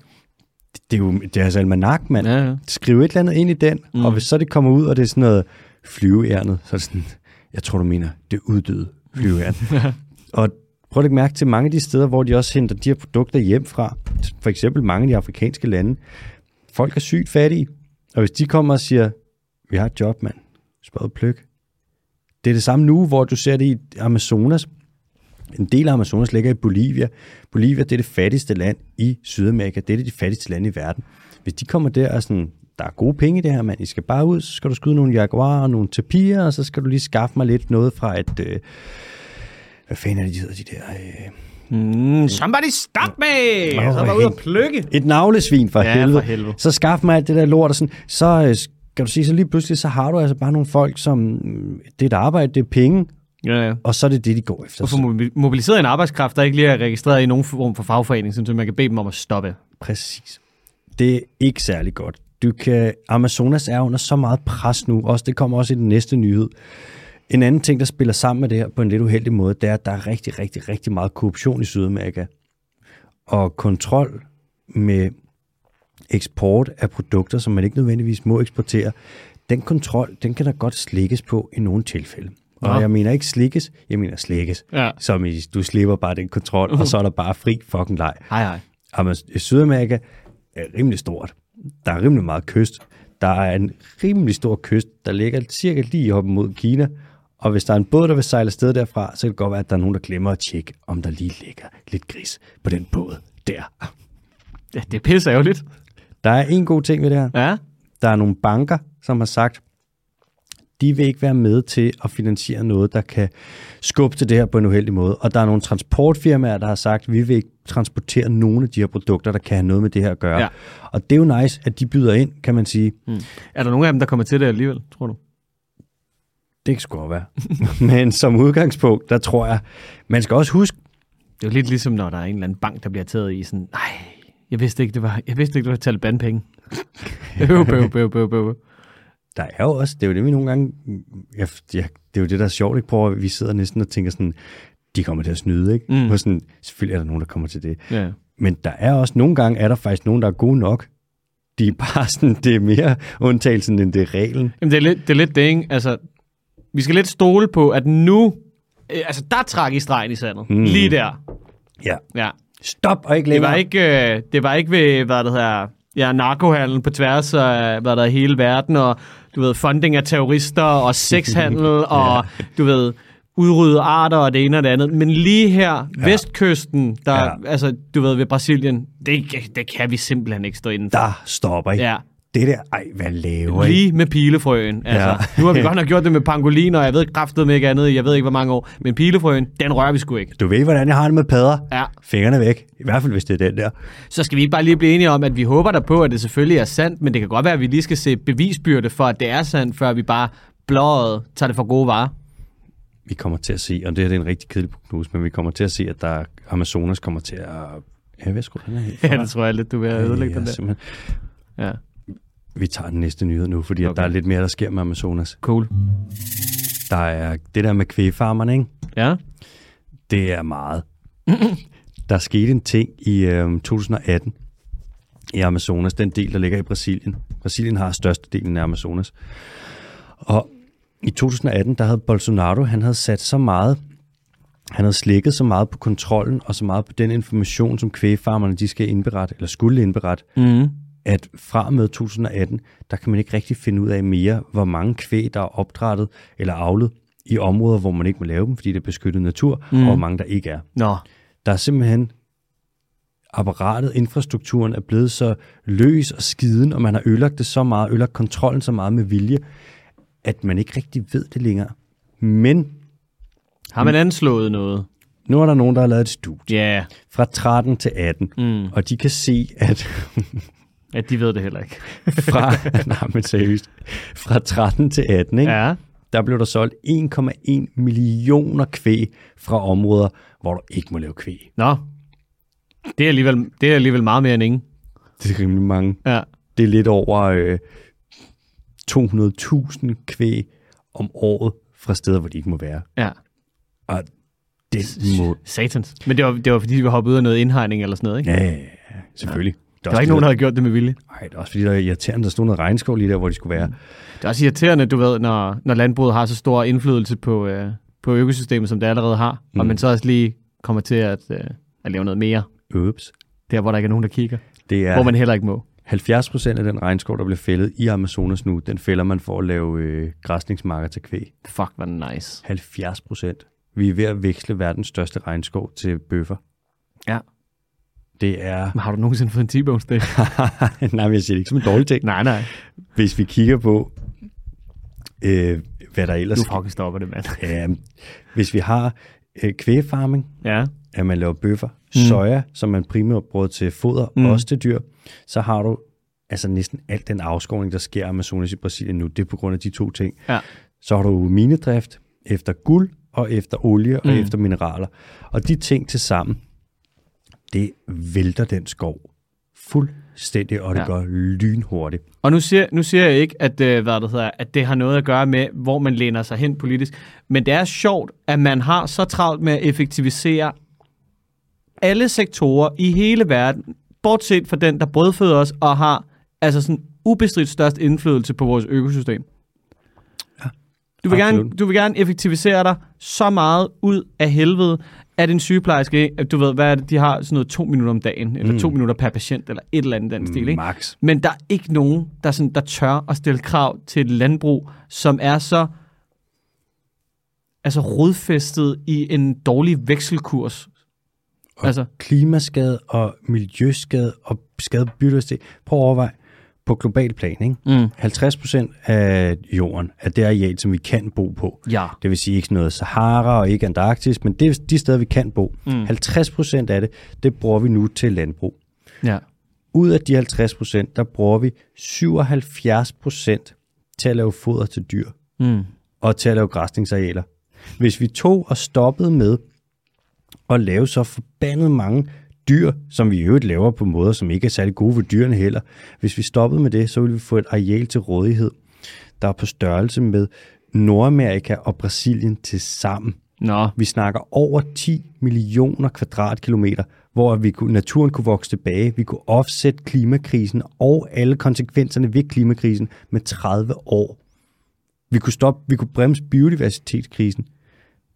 det er jo deres almanak, mand. Ja, ja. Skriv et eller andet ind i den, mm. og hvis så det kommer ud, og det er sådan noget flyveærnet, så er det sådan, jeg tror, du mener, det uddøde flyveærnet. og prøv at lægge mærke til mange af de steder, hvor de også henter de her produkter hjem fra, for eksempel mange af de afrikanske lande, folk er sygt fattige, og hvis de kommer og siger, vi har et job, mand, spørg pløk. Det er det samme nu, hvor du ser det i Amazonas. En del af Amazonas ligger i Bolivia. Bolivia, det er det fattigste land i Sydamerika. Det er det de fattigste lande i verden. Hvis de kommer der og sådan, der er gode penge i det her, mand. I skal bare ud, så skal du skyde nogle jaguarer og nogle tapirer, og så skal du lige skaffe mig lidt noget fra et... Øh, hvad fanden er det, de hedder, de der... Øh, Mm, somebody stop me! Åh, Så var hey. ude og plukke. et navlesvin for, Ja, for helvede. helvede. Så skaf mig alt det der lort, og sådan, så øh, kan du sige, så lige pludselig, så har du altså bare nogle folk, som mm, det er et arbejde, det er penge, Ja, ja. og så er det det, de går efter. Og få mobi- mobiliseret en arbejdskraft, der ikke lige er registreret i nogen form for fagforening, sådan så man kan bede dem om at stoppe. Præcis. Det er ikke særlig godt. Du kan, Amazonas er under så meget pres nu, også det kommer også i den næste nyhed. En anden ting, der spiller sammen med det her på en lidt uheldig måde, det er, at der er rigtig, rigtig, rigtig meget korruption i Sydamerika. Og kontrol med eksport af produkter, som man ikke nødvendigvis må eksportere, den kontrol, den kan der godt slikkes på i nogle tilfælde. Og Nå. jeg mener ikke slikkes, jeg mener slikkes. Ja. Som i, du slipper bare den kontrol, og så er der bare fri fucking leg. Hej, hej. Jamen, Sydamerika er rimelig stort. Der er rimelig meget kyst. Der er en rimelig stor kyst, der ligger cirka lige op mod Kina. Og hvis der er en båd, der vil sejle afsted derfra, så kan det godt være, at der er nogen, der glemmer at tjekke, om der lige ligger lidt gris på den båd der. Ja, det er pisse ærgerligt. Der er en god ting ved det her. Ja. Der er nogle banker, som har sagt, de vil ikke være med til at finansiere noget, der kan skubbe til det her på en uheldig måde. Og der er nogle transportfirmaer, der har sagt, vi vil ikke transportere nogen af de her produkter, der kan have noget med det her at gøre. Ja. Ja. Og det er jo nice, at de byder ind, kan man sige. Hmm. Er der nogen af dem, der kommer til det alligevel, tror du? Det kan sgu godt være. [laughs] Men som udgangspunkt, der tror jeg, man skal også huske, Det er jo lidt ligesom, når der er en eller anden bank, der bliver taget i sådan, nej, jeg vidste ikke, det var, jeg vidste ikke, det var [laughs] Taliban-penge. øv, øv, øv, øv, øv. der er jo også, det er jo det, vi nogle gange, jeg, jeg, det er jo det, der er sjovt, ikke? Prøv at, vi sidder næsten og tænker sådan, de kommer til at snyde, ikke? Mm. Mm. Og sådan, selvfølgelig er der nogen, der kommer til det. Ja. Men der er også nogle gange, er der faktisk nogen, der er gode nok. De er bare [laughs] sådan, det er mere undtagelsen, end det er reglen. Jamen, det er lidt det, er lidt det ikke? Altså, vi skal lidt stole på, at nu, øh, altså, der trak I stregen i sandet. Mm. Mm. Lige der. Ja. Ja. Stop og ikke Det længere. var ikke, øh, det var ikke ved, hvad det hedder, ja, narkohandel på tværs af, hvad der er hele verden, og du ved, funding af terrorister, og [laughs] sexhandel, og du ved, udrydde arter og det ene og det andet. Men lige her, ja. vestkysten, der, ja. Ja. altså, du ved, ved Brasilien, det, det kan vi simpelthen ikke stå inden for. Der stopper ikke. Ja. Det der, ej, hvad laver I? Lige med pilefrøen. Altså, ja. Ja. nu har vi godt nok gjort det med pangoliner, og jeg ved kraftedeme ikke andet, i jeg ved ikke hvor mange år, men pilefrøen, den rører vi sgu ikke. Du ved, hvordan jeg har det med padder. Ja. Fingrene væk. I hvert fald, hvis det er den der. Så skal vi ikke bare lige blive enige om, at vi håber der på, at det selvfølgelig er sandt, men det kan godt være, at vi lige skal se bevisbyrde for, at det er sandt, før vi bare blåret tager det for gode varer. [laughs] Vi kommer til at se, og det her det er en rigtig kedelig prognose, men vi kommer til at se, at der Amazonas kommer til at... Ja, hvad skulle den her helt Ja, det tror jeg lidt, du vil ødelægge Ja, den der. simpelthen. Ja. Vi tager den næste nyhed nu, fordi Okay. okay. der er lidt mere, der sker med Amazonas. Cool. Der er det der med kvægfarmerne, ikke? Ja. Det er meget. der skete en ting i øh, 2018 i Amazonas, den del, der ligger i Brasilien. Brasilien har størstedelen af Amazonas. Og i 2018, der havde Bolsonaro, han havde sat så meget, han havde slækket så meget på kontrollen og så meget på den information, som kvægfarmerne, de skal indberette, eller skulle indberette, Mm. at fra og med 2018, der kan man ikke rigtig finde ud af mere, hvor mange kvæg, der er opdrættet eller avlet i områder, hvor man ikke må lave dem, fordi det er beskyttet natur, mm. og hvor mange der ikke er. Nå. Der er simpelthen apparatet, infrastrukturen er blevet så løs og skiden, og man har ødelagt det så meget, ødelagt kontrollen så meget med vilje, at man ikke rigtig ved det længere. Men Har man anslået noget? nu er der nogen, der har lavet et studie Ja. fra 13 til 18, Mm. og de kan se, at [laughs] Ja, de ved det heller ikke. fra, [laughs] nej, men seriøst, fra 13 til 18, ikke? [laughs] Ja. der blev der solgt 1,1 millioner kvæg fra områder, hvor du ikke må lave kvæg. Nå. Det er alligevel, det er alligevel meget mere end ingen. Det er rimelig mange. Ja. Det er lidt over øh, 200.000 kvæg om året fra steder, hvor de ikke må være. Ja. Og det må... Satans. Men det var, det var fordi, vi hoppede ud af noget indhegning eller sådan noget, ikke? Ja, ja, ja, selvfølgelig. Der var ikke nogen, der havde gjort det med vilje. Nej, det er også fordi, der er irriterende, der stod noget regnskov lige der, hvor de skulle være. Det er også irriterende, du ved, når, når landbruget har så stor indflydelse på, øh, på økosystemet, som det allerede har, mm. og man så også lige kommer til at, øh, at lave noget mere, Øps. der hvor der ikke er nogen, der kigger, ja. Det er hvor man heller ikke må. 70 procent af den regnskov, der bliver fældet i Amazonas nu, den fælder man for at lave øh, græsningsmarker til kvæg. Fuck, hvor nice. 70 procent. Vi er ved at veksle verdens største regnskov til bøffer. Ja. Det er... Men har du nogensinde fået en t bone steak? [laughs] Nej, men jeg siger det ikke som en dårlig ting. nej, nej. Hvis vi kigger på, øh, hvad der ellers... Du fucking stopper det, mand. Ja, hvis vi har øh, kvægfarming, Ja. at man laver bøffer, mm. soja, som man primært bruger til foder, mm. også til dyr, så har du altså næsten al den afskovning, der sker i Amazonas i Brasilien nu, det er på grund af de to ting. Ja. Så har du minedrift efter guld og efter olie og Mm. mm. efter mineraler. Og de ting til sammen, det vælter den skov fuldstændig, og det Ja. ja. gør lynhurtigt. Og nu siger, nu siger jeg ikke, at, øh, hvad det hedder, at det har noget at gøre med, hvor man læner sig hen politisk. Men det er sjovt, at man har så travlt med at effektivisere alle sektorer i hele verden, bortset fra den, der brødføder os og har altså sådan ubestridt størst indflydelse på vores økosystem. Du vil, gerne, absolut. du vil gerne effektivisere dig så meget ud af helvede, at en sygeplejerske, at du ved, hvad er det, de har sådan noget to minutter om dagen, eller mm. to minutter per patient, eller et eller andet Mm. i den stil, ikke? Max. Men der er ikke nogen, der, sådan, der tør at stille krav til et landbrug, som er så altså rodfæstet i en dårlig vekselkurs. Og Altså- altså. klimaskade og miljøskade og skade på biodiversitet. Prøv at overveje på global plan, ikke? Mm. 50 procent af jorden er det areal, som vi kan bo på. Ja. Det vil sige ikke sådan noget Sahara og ikke Antarktis, men det er de steder, vi kan bo. Mm. 50 procent af det, det bruger vi nu til landbrug. ja. Ud af de 50 procent, der bruger vi 77 procent til at lave foder til dyr Mm. og til at lave græsningsarealer. Hvis vi tog og stoppede med at lave så forbandet mange dyr, som vi i øvrigt laver på måder, som ikke er særlig gode for dyrene heller. Hvis vi stoppede med det, så ville vi få et areal til rådighed, der er på størrelse med Nordamerika og Brasilien til sammen. Nå. Vi snakker over 10 millioner kvadratkilometer, hvor vi kunne, naturen kunne vokse tilbage. Vi kunne offsætte klimakrisen og alle konsekvenserne ved klimakrisen med 30 år. Vi kunne, stoppe, vi kunne bremse biodiversitetskrisen.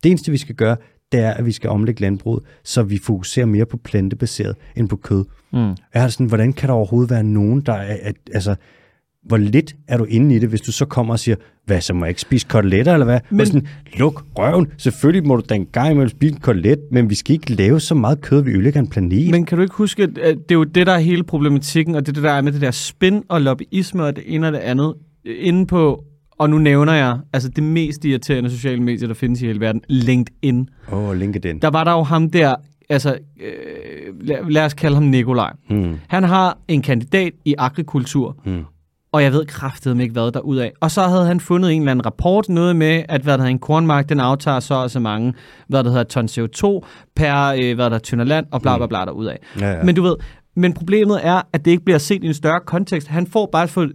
Det eneste, vi skal gøre, det er, at vi skal omlægge landbruget, så vi fokuserer mere på plantebaseret end på kød. Mm. Jeg har det sådan, hvordan kan der overhovedet være nogen, der er... At, altså, hvor lidt er du inde i det, hvis du så kommer og siger, hvad, så må jeg ikke spise koteletter, eller hvad? Men... Sådan, Luk røven. Selvfølgelig må du da en gang imellem spise en kotelet, men vi skal ikke lave så meget kød, vi ødelægger en planet. Men... Men kan du ikke huske, at at det er jo det, der er hele problematikken, og det er det, der er med det der spin og lobbyisme og det ene og det andet, øh, inde på, og nu nævner jeg, altså det mest irriterende sociale medie, der findes i hele verden, LinkedIn. Åh, oh, LinkedIn. der var der jo ham der, altså øh, lad, lad os kalde ham Nikolaj. Mm. Han har en kandidat i agrikultur, mm. og jeg ved kraftedeme ikke, hvad der ud af. Og så havde han fundet en eller anden rapport, noget med, at hvad der hedder, en kornmark, den aftager så og så mange, hvad der hedder, ton CO2 per, øh, hvad der er, tynder land, og bla bla bla derudad. Ja, ja. Men du ved, men problemet er, at det ikke bliver set i en større kontekst. Han får bare få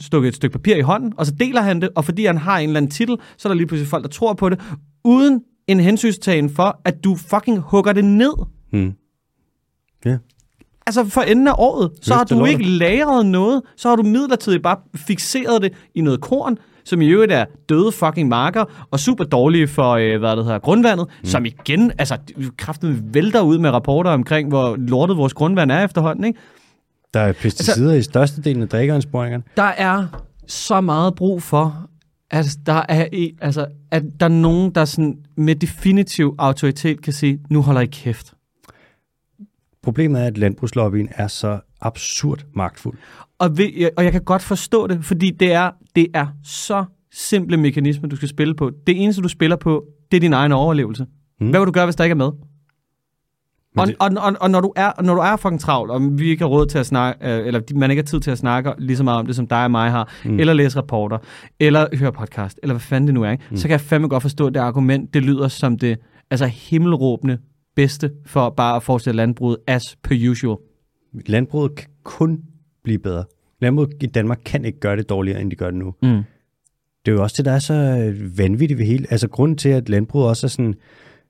stukket et stykke papir i hånden, og så deler han det, og fordi han har en eller anden titel, så er der lige pludselig folk, der tror på det, uden en hensynstagen for, at du fucking hugger det ned. Ja. Altså for enden af året, så har Løfte du lortet. ikke lagret noget, så har du midlertidigt bare fixeret det i noget korn, som i øvrigt er døde fucking marker, og super dårlige for, øh, hvad det hedder, grundvandet, mm. som igen, altså kraften vælter ud med rapporter omkring, hvor lortet vores grundvand er efterhånden, ikke? Der er pesticider altså... i størstedelen af drikkeandsprøjningerne. Der er så meget brug for, at der er, i- altså, at der er nogen, der sådan med definitiv autoritet kan sige, nu holder I kæft. Problemet er, at landbrugslobbyen er så absurd magtfuld. Og, ved, jeg- og jeg kan godt forstå det, fordi det er, det er så simple mekanismer, du skal spille på. Det eneste, du spiller på, det er din egen overlevelse. Mm. Hvad vil du gøre, hvis der ikke er med? Og, det- og, og, og når, du er, når du er fucking travl, og vi ikke har råd til at snakke, øh, eller man ikke har tid til at snakke lige så meget om det, som dig og mig har, mm. eller læse rapporter, eller høre podcast, eller hvad fanden det nu er, ikke? Mm. så kan jeg fandme godt forstå, at det argument, det lyder som det altså himmelråbende bedste for bare at fortsætte landbruget as per usual. Landbruget kan kun blive bedre. Landbruget i Danmark kan ikke gøre det dårligere, end de gør det nu. Mm. Det er jo også det, der er så øh, vanvittigt ved hele. Altså grunden til, at landbruget også er sådan...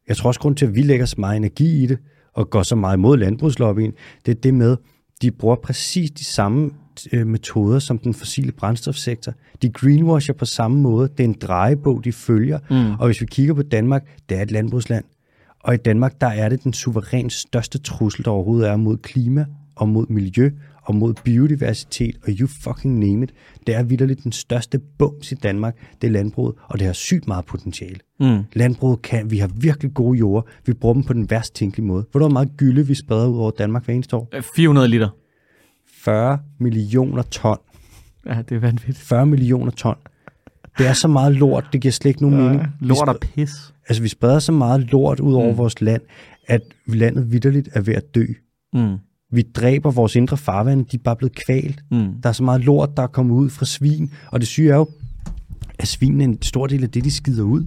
Jeg tror også, grunden til, at vi lægger så meget energi i det, og går så meget imod landbrugslobbyen, det er det med, de bruger præcis de samme øh, metoder som den fossile brændstofsektor. De greenwasher på samme måde. Det er en drejebog, de følger. Mm. Og hvis vi kigger på Danmark, det er et landbrugsland. Og i Danmark, der er det den suverænt største trussel, der overhovedet er mod klima og mod miljø og mod biodiversitet og you fucking name it. Det er vidderligt den største bums i Danmark, det er landbruget, og det har sygt meget potentiale. Mm. Landbruget kan, vi har virkelig gode jorder, vi bruger dem på den værst tænkelige måde. Hvor der er meget gylde, vi spreder ud over Danmark hver eneste år. Øh, 400 liter. 40 millioner ton. Ja, det er vanvittigt. 40 millioner ton. Det er så meget lort, det giver slet ikke nogen mening. Vi Lort og pis. Altså, vi spreder så meget lort ud over mm. vores land, at landet vidderligt er ved at dø. Mm. vi dræber vores indre farvand, de er bare blevet kvalt. Mm. Der er så meget lort, der er kommet ud fra svin, og det syge er jo, at svinene, en stor del af det, de skider ud,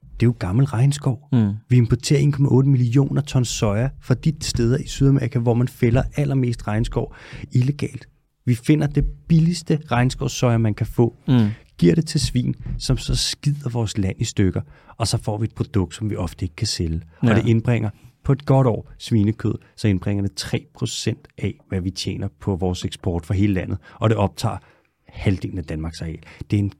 det er jo gammel regnskov. Mm. Vi importerer 1,8 millioner tons soja fra de steder i Sydamerika, hvor man fælder allermest regnskov illegalt. Vi finder det billigste regnskovssoja, man kan få, Mm. giver det til svin, som så skider vores land i stykker, og så får vi et produkt, som vi ofte ikke kan sælge. Ja. Ja. Og det indbringer på et godt år svinekød, så indbringer det 3% af, hvad vi tjener på vores eksport for hele landet, og det optager halvdelen af Danmarks areal. Det er, en,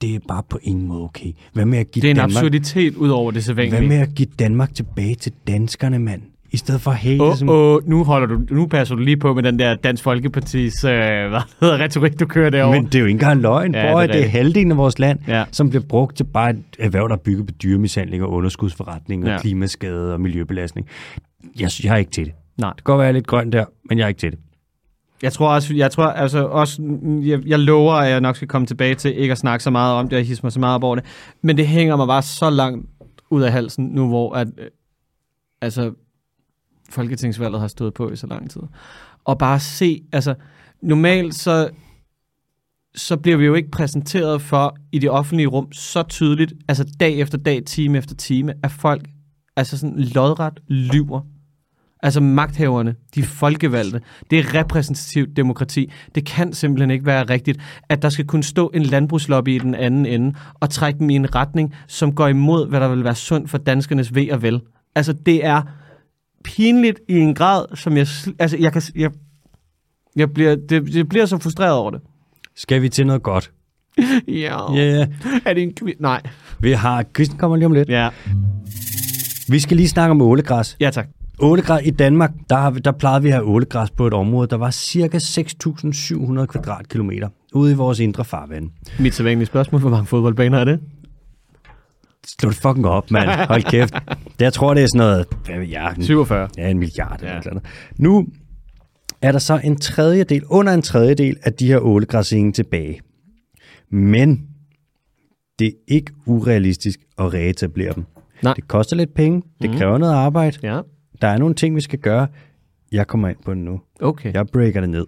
det er bare på ingen måde okay. Hvad med at give Det er en Danmark... absurditet ud over det Hvad med sædvanlige. at give Danmark tilbage til danskerne, mand? I stedet for at hate, Åh, oh, som... oh, nu, holder du, nu passer du lige på med den der Dansk Folkepartis øh, hvad hedder, retorik, du kører derovre. Men det er jo ikke engang løgn. Ja, Ja, det er Prøv, det, det er rigtigt. halvdelen af vores land, Ja. ja. som bliver brugt til bare et erhverv, der er bygget på dyremishandling og underskudsforretning og Ja. ja. klimaskade og miljøbelastning. Jeg, jeg er ikke til det. Nej. Det kan godt være, jeg er lidt grøn der, men jeg er ikke til det. Jeg tror også, jeg, tror, altså, også mm, jeg, jeg lover, at jeg nok skal komme tilbage til ikke at snakke så meget om det og hisse mig så meget op over det. Men det hænger mig bare så langt ud af halsen nu, hvor at, øh, altså, folketingsvalget har stået på i så lang tid. Og bare se, altså normalt så, så bliver vi jo ikke præsenteret for i det offentlige rum så tydeligt, altså dag efter dag, time efter time, at folk altså sådan lodret lyver Altså magthaverne, de folkevalgte, det er repræsentativt demokrati. Det kan simpelthen ikke være rigtigt, at der skal kunne stå en landbrugslobby i den anden ende og trække dem i en retning, som går imod, hvad der vil være sundt for danskernes ved og vel. Altså det er pinligt i en grad, som jeg... sl- Altså jeg kan... s- Jeg, jeg bliver, det, jeg bliver så frustreret over det. Skal vi til noget godt? Ja, Ja. yeah. Er det en kvind? Nej. vi har... Kristen kommer lige om lidt. Ja. Ja. Vi skal lige snakke om ålegræs. Ja, tak. Ålegræs i Danmark, der, har, vi- der plejede vi at have ålegræs på et område, der var cirka 6.700 kvadratkilometer ude i vores indre farvand. Mit sædvanlige spørgsmål, hvor mange fodboldbaner er det? Slå det fucking op, mand. Hold kæft. Det, jeg tror, det er sådan noget... Hvad ved jeg? en- 47. Ja, en milliard eller Ja. ja. eller andet. Nu er der så en tredjedel, under en tredjedel af de her ålegræsenge tilbage. Men det er ikke urealistisk at reetablere dem. Nej. Mhm. Det koster lidt penge, det kræver noget arbejde, Ja. der er nogle ting, vi skal gøre. Jeg kommer ind på det nu. Okay. Jeg breaker det ned.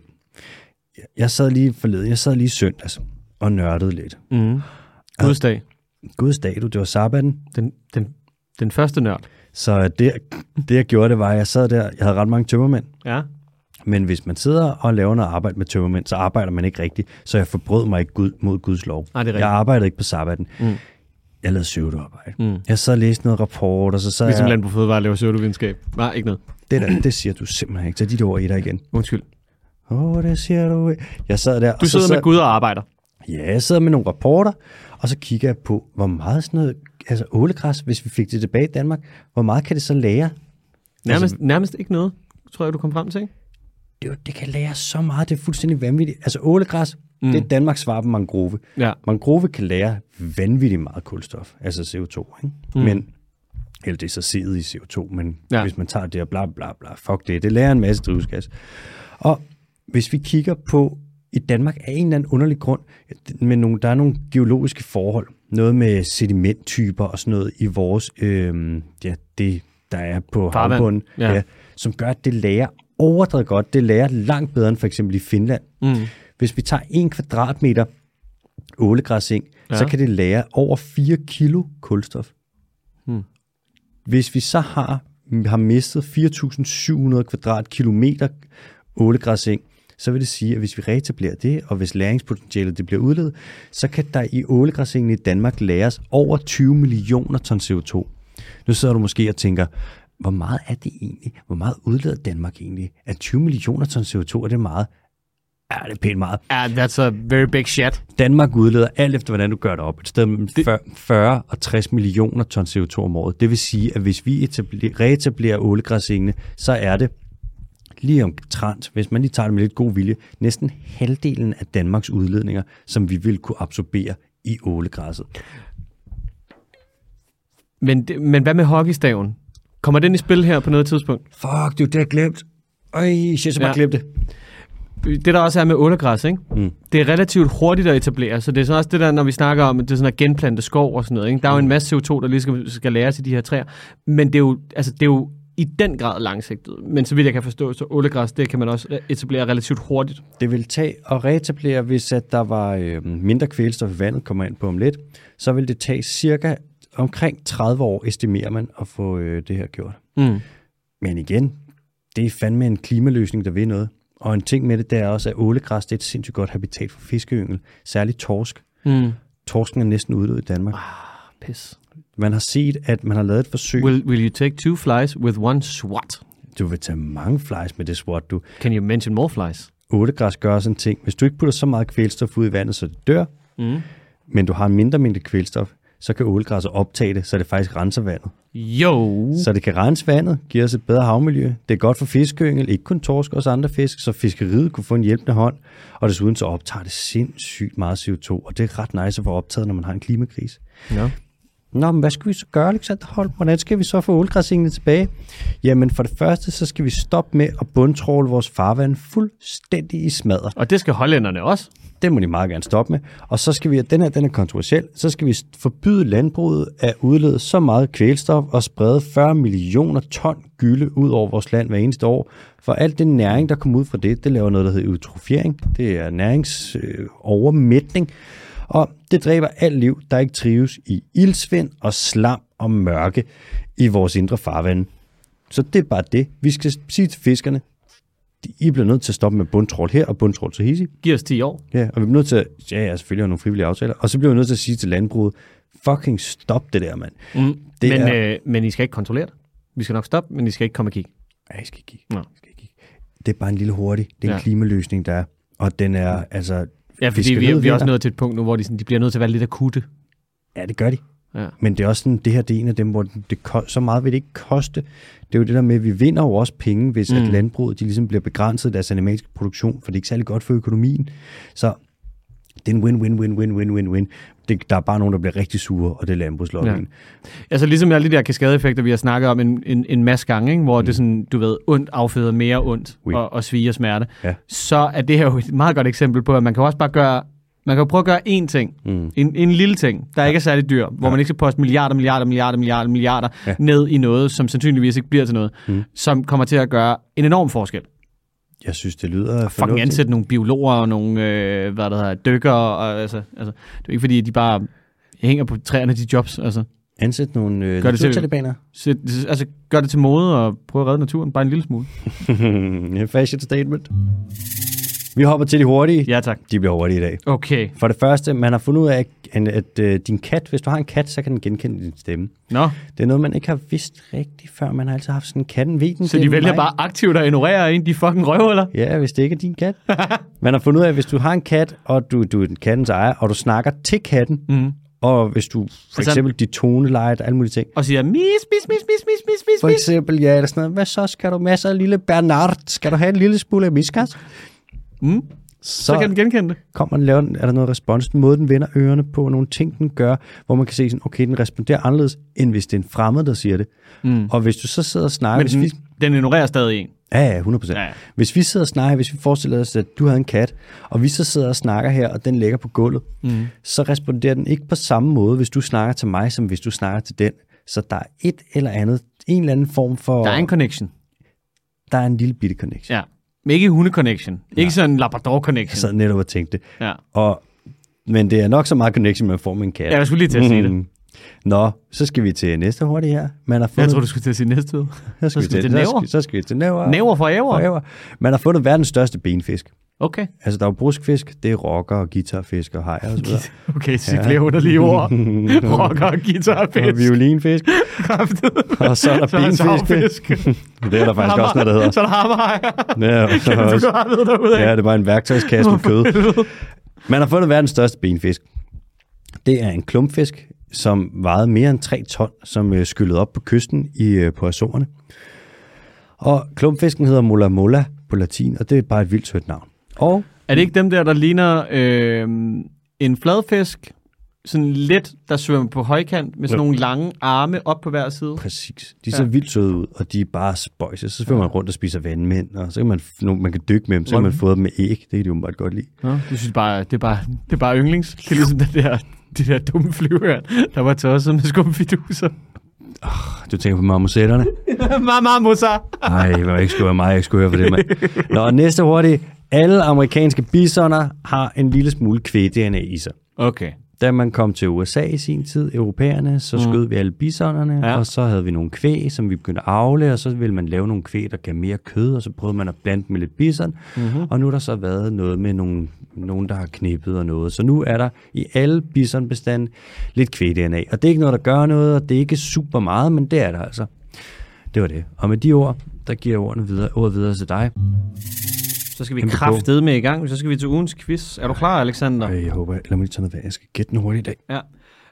Jeg- Jeg sad lige forleden, jeg sad lige søndags og nørdede lidt. Mm. Gudsdag. Guds dag, du, det var sabbaten. Den, den, den første nørd. Så det, det, jeg gjorde, det var, at jeg sad der, jeg havde ret mange tømmermænd, Ja. Men hvis man sidder og laver noget arbejde med tømmermænd, så arbejder man ikke rigtigt. Så jeg forbrød mig ikke Gud, mod Guds lov. Nej, det er rigtigt. jeg arbejdede ikke på sabbaten. Mm. Mm. Jeg lavede søvdearbejde. Mm. Jeg sad og læste noget rapport, og så sad Ligesom jeg... Land på Fødevare laver søvdevidenskab. Nej, ikke noget. Det, der, det siger du simpelthen ikke. Tag dit ord i dig igen. Undskyld. Åh, oh, det siger du ikke. Jeg sad der... Du og så sidder sad, med Gud og arbejder. Ja, jeg sidder med nogle rapporter, og så kigger jeg på, hvor meget sådan noget... Altså ålegræs, hvis vi fik det tilbage i Danmark, hvor meget kan det så lære? Nærmest, nærmest ikke noget, tror jeg, du kom frem til. ikke? Det, er jo- det kan lære så meget, det er fuldstændig vanvittigt. Altså ålegræs, mm. det er Danmarks svar på mangrove. Ja. Mangrove kan lære vanvittigt meget kulstof, altså CO2, ikke? Mm. Men, eller det er så siddet i CO2, men Ja. ja. hvis man tager det og bla bla bla, fuck det, det lærer en masse drivhusgas. Og hvis vi kigger på, i Danmark af en eller anden underlig grund, men nogle, der er nogle geologiske forhold, noget med sedimenttyper og sådan noget i vores, øh, ja, det der er på Farvand. havbunden, Ja. ja. Ja, som gør, at det lærer overdrevet godt, det lærer langt bedre end for eksempel i Finland. Mm. Hvis vi tager en kvadratmeter ålegræseng, ja. Ja. så kan det lære over 4 kilo kulstof. Hmm. Hvis vi så har, har mistet 4.700 kvadratkilometer ålegræseng, så vil det sige, at hvis vi reetablerer det, og hvis læringspotentialet det bliver udledet, så kan der i ålegræsengen i Danmark læres over 20 millioner ton CO2. Nu sidder du måske og tænker, hvor meget er det egentlig? Hvor meget udleder Danmark egentlig? Er 20 millioner ton CO2, er det meget? Ja, det er pænt meget. Yeah, that's a very big shit. Danmark udleder alt efter, hvordan du gør det op. Et sted mellem fyr- 40 og 60 millioner ton CO2 om året. Det vil sige, at hvis vi etabler, reetablerer ålegræsengene, så er det lige omtrent, hvis man lige tager det med lidt god vilje, næsten halvdelen af Danmarks udledninger, som vi vil kunne absorbere i ålegræsset. Men, det- men hvad med hockeystaven? Kommer den i spil her på noget tidspunkt? Fuck, det er jo det, jeg glemt. Øj, shit, så Ja. bare glemt det. det der også er med ålegræs, ikke? Mm. det er relativt hurtigt at etablere, så det er sådan også det der, når vi snakker om, at det er sådan at genplante skov og sådan noget. Ikke? Der er jo en masse CO2, der lige skal, skal læres i de her træer, men det er jo, altså, det er jo i den grad langsigtet. Men så vidt jeg kan forstå, så ålegræs, det kan man også etablere relativt hurtigt. Det vil tage at reetablere, hvis at der var øh, mindre kvælstof i vandet, kommer ind på om lidt, så vil det tage cirka omkring 30 år, estimerer man, at få øh, det her gjort. Mm. Men igen, det er fandme en klimaløsning, der vil noget. Og en ting med det, det er også, at ålegræs det er et sindssygt godt habitat for fiskeyngel, særligt torsk. Mm. Torsken er næsten uddød i Danmark. Pis. Man har set, at man har lavet et forsøg. Will, will you take two flies with one swat? Du vil tage mange flies med det swat, du. Can you mention more flies? Ålegræs gør sådan en ting. Hvis du ikke putter så meget kvælstof ud i vandet, så det dør, Mm. men du har en mindre mængde kvælstof, så kan ålegræsset optage det, så det faktisk renser vandet. Mm. Jo. Så det kan rense vandet, give os et bedre havmiljø. Det er godt for fiskeyngel, ikke kun torsk, også andre fisk, så fiskeriet kunne få en hjælpende hånd. Og desuden så optager det sindssygt meget CO2, og det er ret nice at få optaget, når man har en klimakrise. No. Nå, men hvad skal vi så gøre, Alexander Holm? Hvordan skal vi så få ålgræsingene tilbage? Jamen, for det første, så skal vi stoppe med at bundtråle vores farvand fuldstændig i smadret. Og det skal hollænderne også. Det må de meget gerne stoppe med. Og så skal vi, og den her den er kontroversiel, så skal vi forbyde landbruget at udlede så meget kvælstof og sprede 40 millioner ton gylde ud over vores land hver eneste år. For alt den næring, der kommer ud fra det, det laver noget, der hedder eutrofiering. Det er næringsovermætning. Øh, overmætning. og det dræber alt liv, der ikke trives i ildsvind og slam og mørke i vores indre farvande. Så det er bare det. Vi skal sige til fiskerne, I bliver nødt til at stoppe med bundtrål her og bundtrål til hisi. Giv os 10 år. Ja, og vi bliver nødt til at, ja, ja, selvfølgelig har nogle frivillige aftaler, og så bliver vi nødt til at sige til landbruget, fucking stop det der, mand. Mm. Det men, er- øh, men I skal ikke kontrollere det. Vi skal nok stoppe, men I skal ikke komme og kigge. Ja, I skal ikke. Nå. I skal ikke. Det er bare en lille hurtig, det er en Ja. Mm. klimaløsning, der er, og den er, altså, Ja, fordi fiskeriet vi, vi er vinder. også nået til et punkt nu, hvor de, sådan, de bliver nødt til at være lidt akutte. Ja, det gør de. Ja. Men det er også sådan, det her det er en af dem, hvor det, ko- så meget vil det ikke koste. Det er jo det der med, at vi vinder jo også penge, hvis mm. at landbruget de ligesom bliver begrænset i deres animalske produktion, for det er ikke særlig godt for økonomien. Så det er en win-win-win-win-win-win-win. Det- Der er bare nogen, der bliver rigtig sure, og det er landbrugslobbyen. Altså ligesom alle de der kaskadeeffekter, vi har snakket om en, en, en masse gange, ikke? hvor mm. det er sådan, du ved, ondt afføder mere ondt Oui. og, og sviger smerte, Ja. så er det her jo et meget godt eksempel på, at man kan også bare gøre, man kan jo prøve at gøre én ting, mm. en, en lille ting, der ikke er særlig dyr, hvor man ikke skal poste milliarder, milliarder, milliarder, milliarder, milliarder Ja. ja. ned i noget, som sandsynligvis ikke bliver til noget, mm. som kommer til at gøre en enorm forskel. Jeg synes, det lyder Fucking fornuftigt. ansætte nogle biologer og nogle, øh, hvad der hedder, dykker, og, altså, altså, det er jo ikke fordi, de bare hænger på træerne, de jobs, altså. Ansæt nogle øh, Gør det [laughs] til- naturtalibaner. Så, altså, gør det til mode og prøv at redde naturen, bare en lille [laughs] smule. Fashion statement. Vi hopper til de hurtige. Ja, tak. De bliver hurtige i dag. Okay. For det første, man har fundet ud af, at, at øh, din kat, hvis du har en kat, så kan den genkende din stemme. Nå, Det er noget, man ikke har vidst rigtigt før. Man har altid haft sådan en katten ved den. så det de er vælger mig. bare aktivt at ignorere en, de fucking røvhuller. Ja, hvis det ikke er din kat. [laughs] man har fundet ud af, at hvis du har en kat, og du, du er den kattens ejer, og du snakker til katten, mm. og hvis du for Mhm. Altså- eksempel dit toneleje og alle mulige ting. Og siger, mis, mis, mis, mis, mis, mis, mis, For mis. eksempel, ja, eller sådan noget. Hvad så? Skal du masser af lille Bernard? Skal du have en lille smule af miskas? Mm. Så kan den genkende det. kommer den, laver den, er der noget respons, den måde den vender ørerne på, nogle ting den gør, hvor man kan se sådan, okay, den responderer anderledes, end hvis det er en fremmed, der siger det. Mm. Og hvis du så sidder og snakker, Men hvis den, vi, Mhm. den ignorerer stadig en. ja, ja, 100%. Ja, Ja. ja. Hvis vi sidder og snakker, hvis vi forestiller os, at du havde en kat, og vi så sidder og snakker her, og den ligger på gulvet, mm. så responderer den ikke på samme måde, hvis du snakker til mig, som hvis du snakker til den. Så der er et eller andet, en eller anden form for, Der er en connection. der er en lille bitte connection. Ja. Men ikke hunde-connection. Ikke sådan en labrador-connection. Jeg sad netop og tænkte, Ja. og, men det er nok så meget connection, man får med en kat. ja, jeg skulle lige til at sige det. Mm. Nå, så skal vi til næste hurtigt her. Man har fundet, Jeg tror, du skulle til at sige næste ud. så skal, vi til, næver. Så skal, så skal vi til [laughs] næver. Næver for æver. Næver. Man har fundet verdens største benfisk. Okay. Altså, der er jo bruskfisk, det er rocker og guitarfisk og hajer og så videre. Okay, sig ja. flere [laughs] underlige ord. Rocker og guitar og Og violinfisk. [laughs] Og så er der [laughs] Så er der benfisk. savfisk. det er der faktisk også noget, der [laughs] hedder. Så er der hammerhajer. Ja, så er der [laughs] Kan du også- godt vide derude af? ja, det er bare en værktøjskasse med kød. Man har fundet verdens største benfisk. Det er en klumpfisk, som vejede mere end 3 ton, som øh, skyllede op på kysten i, øh, på Azorerne. Og klumpfisken hedder Mola Mola på latin, og det er bare et vildt sødt navn. Og Er det ikke dem der, der ligner øh, en fladfisk, sådan lidt, der svømmer på højkant, med sådan Jo. nogle lange arme op på hver side? præcis, de ser ja. vildt søde ud, og de er bare spøjse. Så svømmer man rundt og spiser vandmænd, og så kan man, f- nogle- man kan dykke med dem, så kan man få dem med æg. Det kan de jo bare godt lide. Nå, jeg synes bare, det er bare, det er bare [laughs] yndlings. Det er ligesom den der, det der dumme flyvehørn, der var tosset med skumfiduser. Du tænker på marmosetterne? Mama Musa. Nej, det var ikke skulle høre mig, jeg ikke skulle høre for det, mand. Nå, næste hurtigt. Alle amerikanske bisoner har en lille smule kvæg-DNA i sig. Okay. Da man kom til USA i sin tid, europæerne, så skød vi alle bisonerne, Ja. ja. og så havde vi nogle kvæg, som vi begyndte at avle, og så ville man lave nogle kvæg, der gav mere kød, og så prøvede man at blande dem med lidt bison. Mm-hmm. Og nu har der så været noget med nogle, nogen, der har knippet og noget. Så nu er der i alle bisonbestanden lidt kvæg-DNA. Og det er ikke noget, der gør noget, og det er ikke super meget, men det er der altså. Det var det. Og med de ord, der giver jeg ordene videre, ordet videre til dig. Så skal vi Kæmpe kraftede med i gang. Så skal vi til ugens quiz. Er du klar, Alexander? Ej, Øh, jeg håber, lad mig lige tage noget vand. Jeg skal gætte den hurtigt i dag.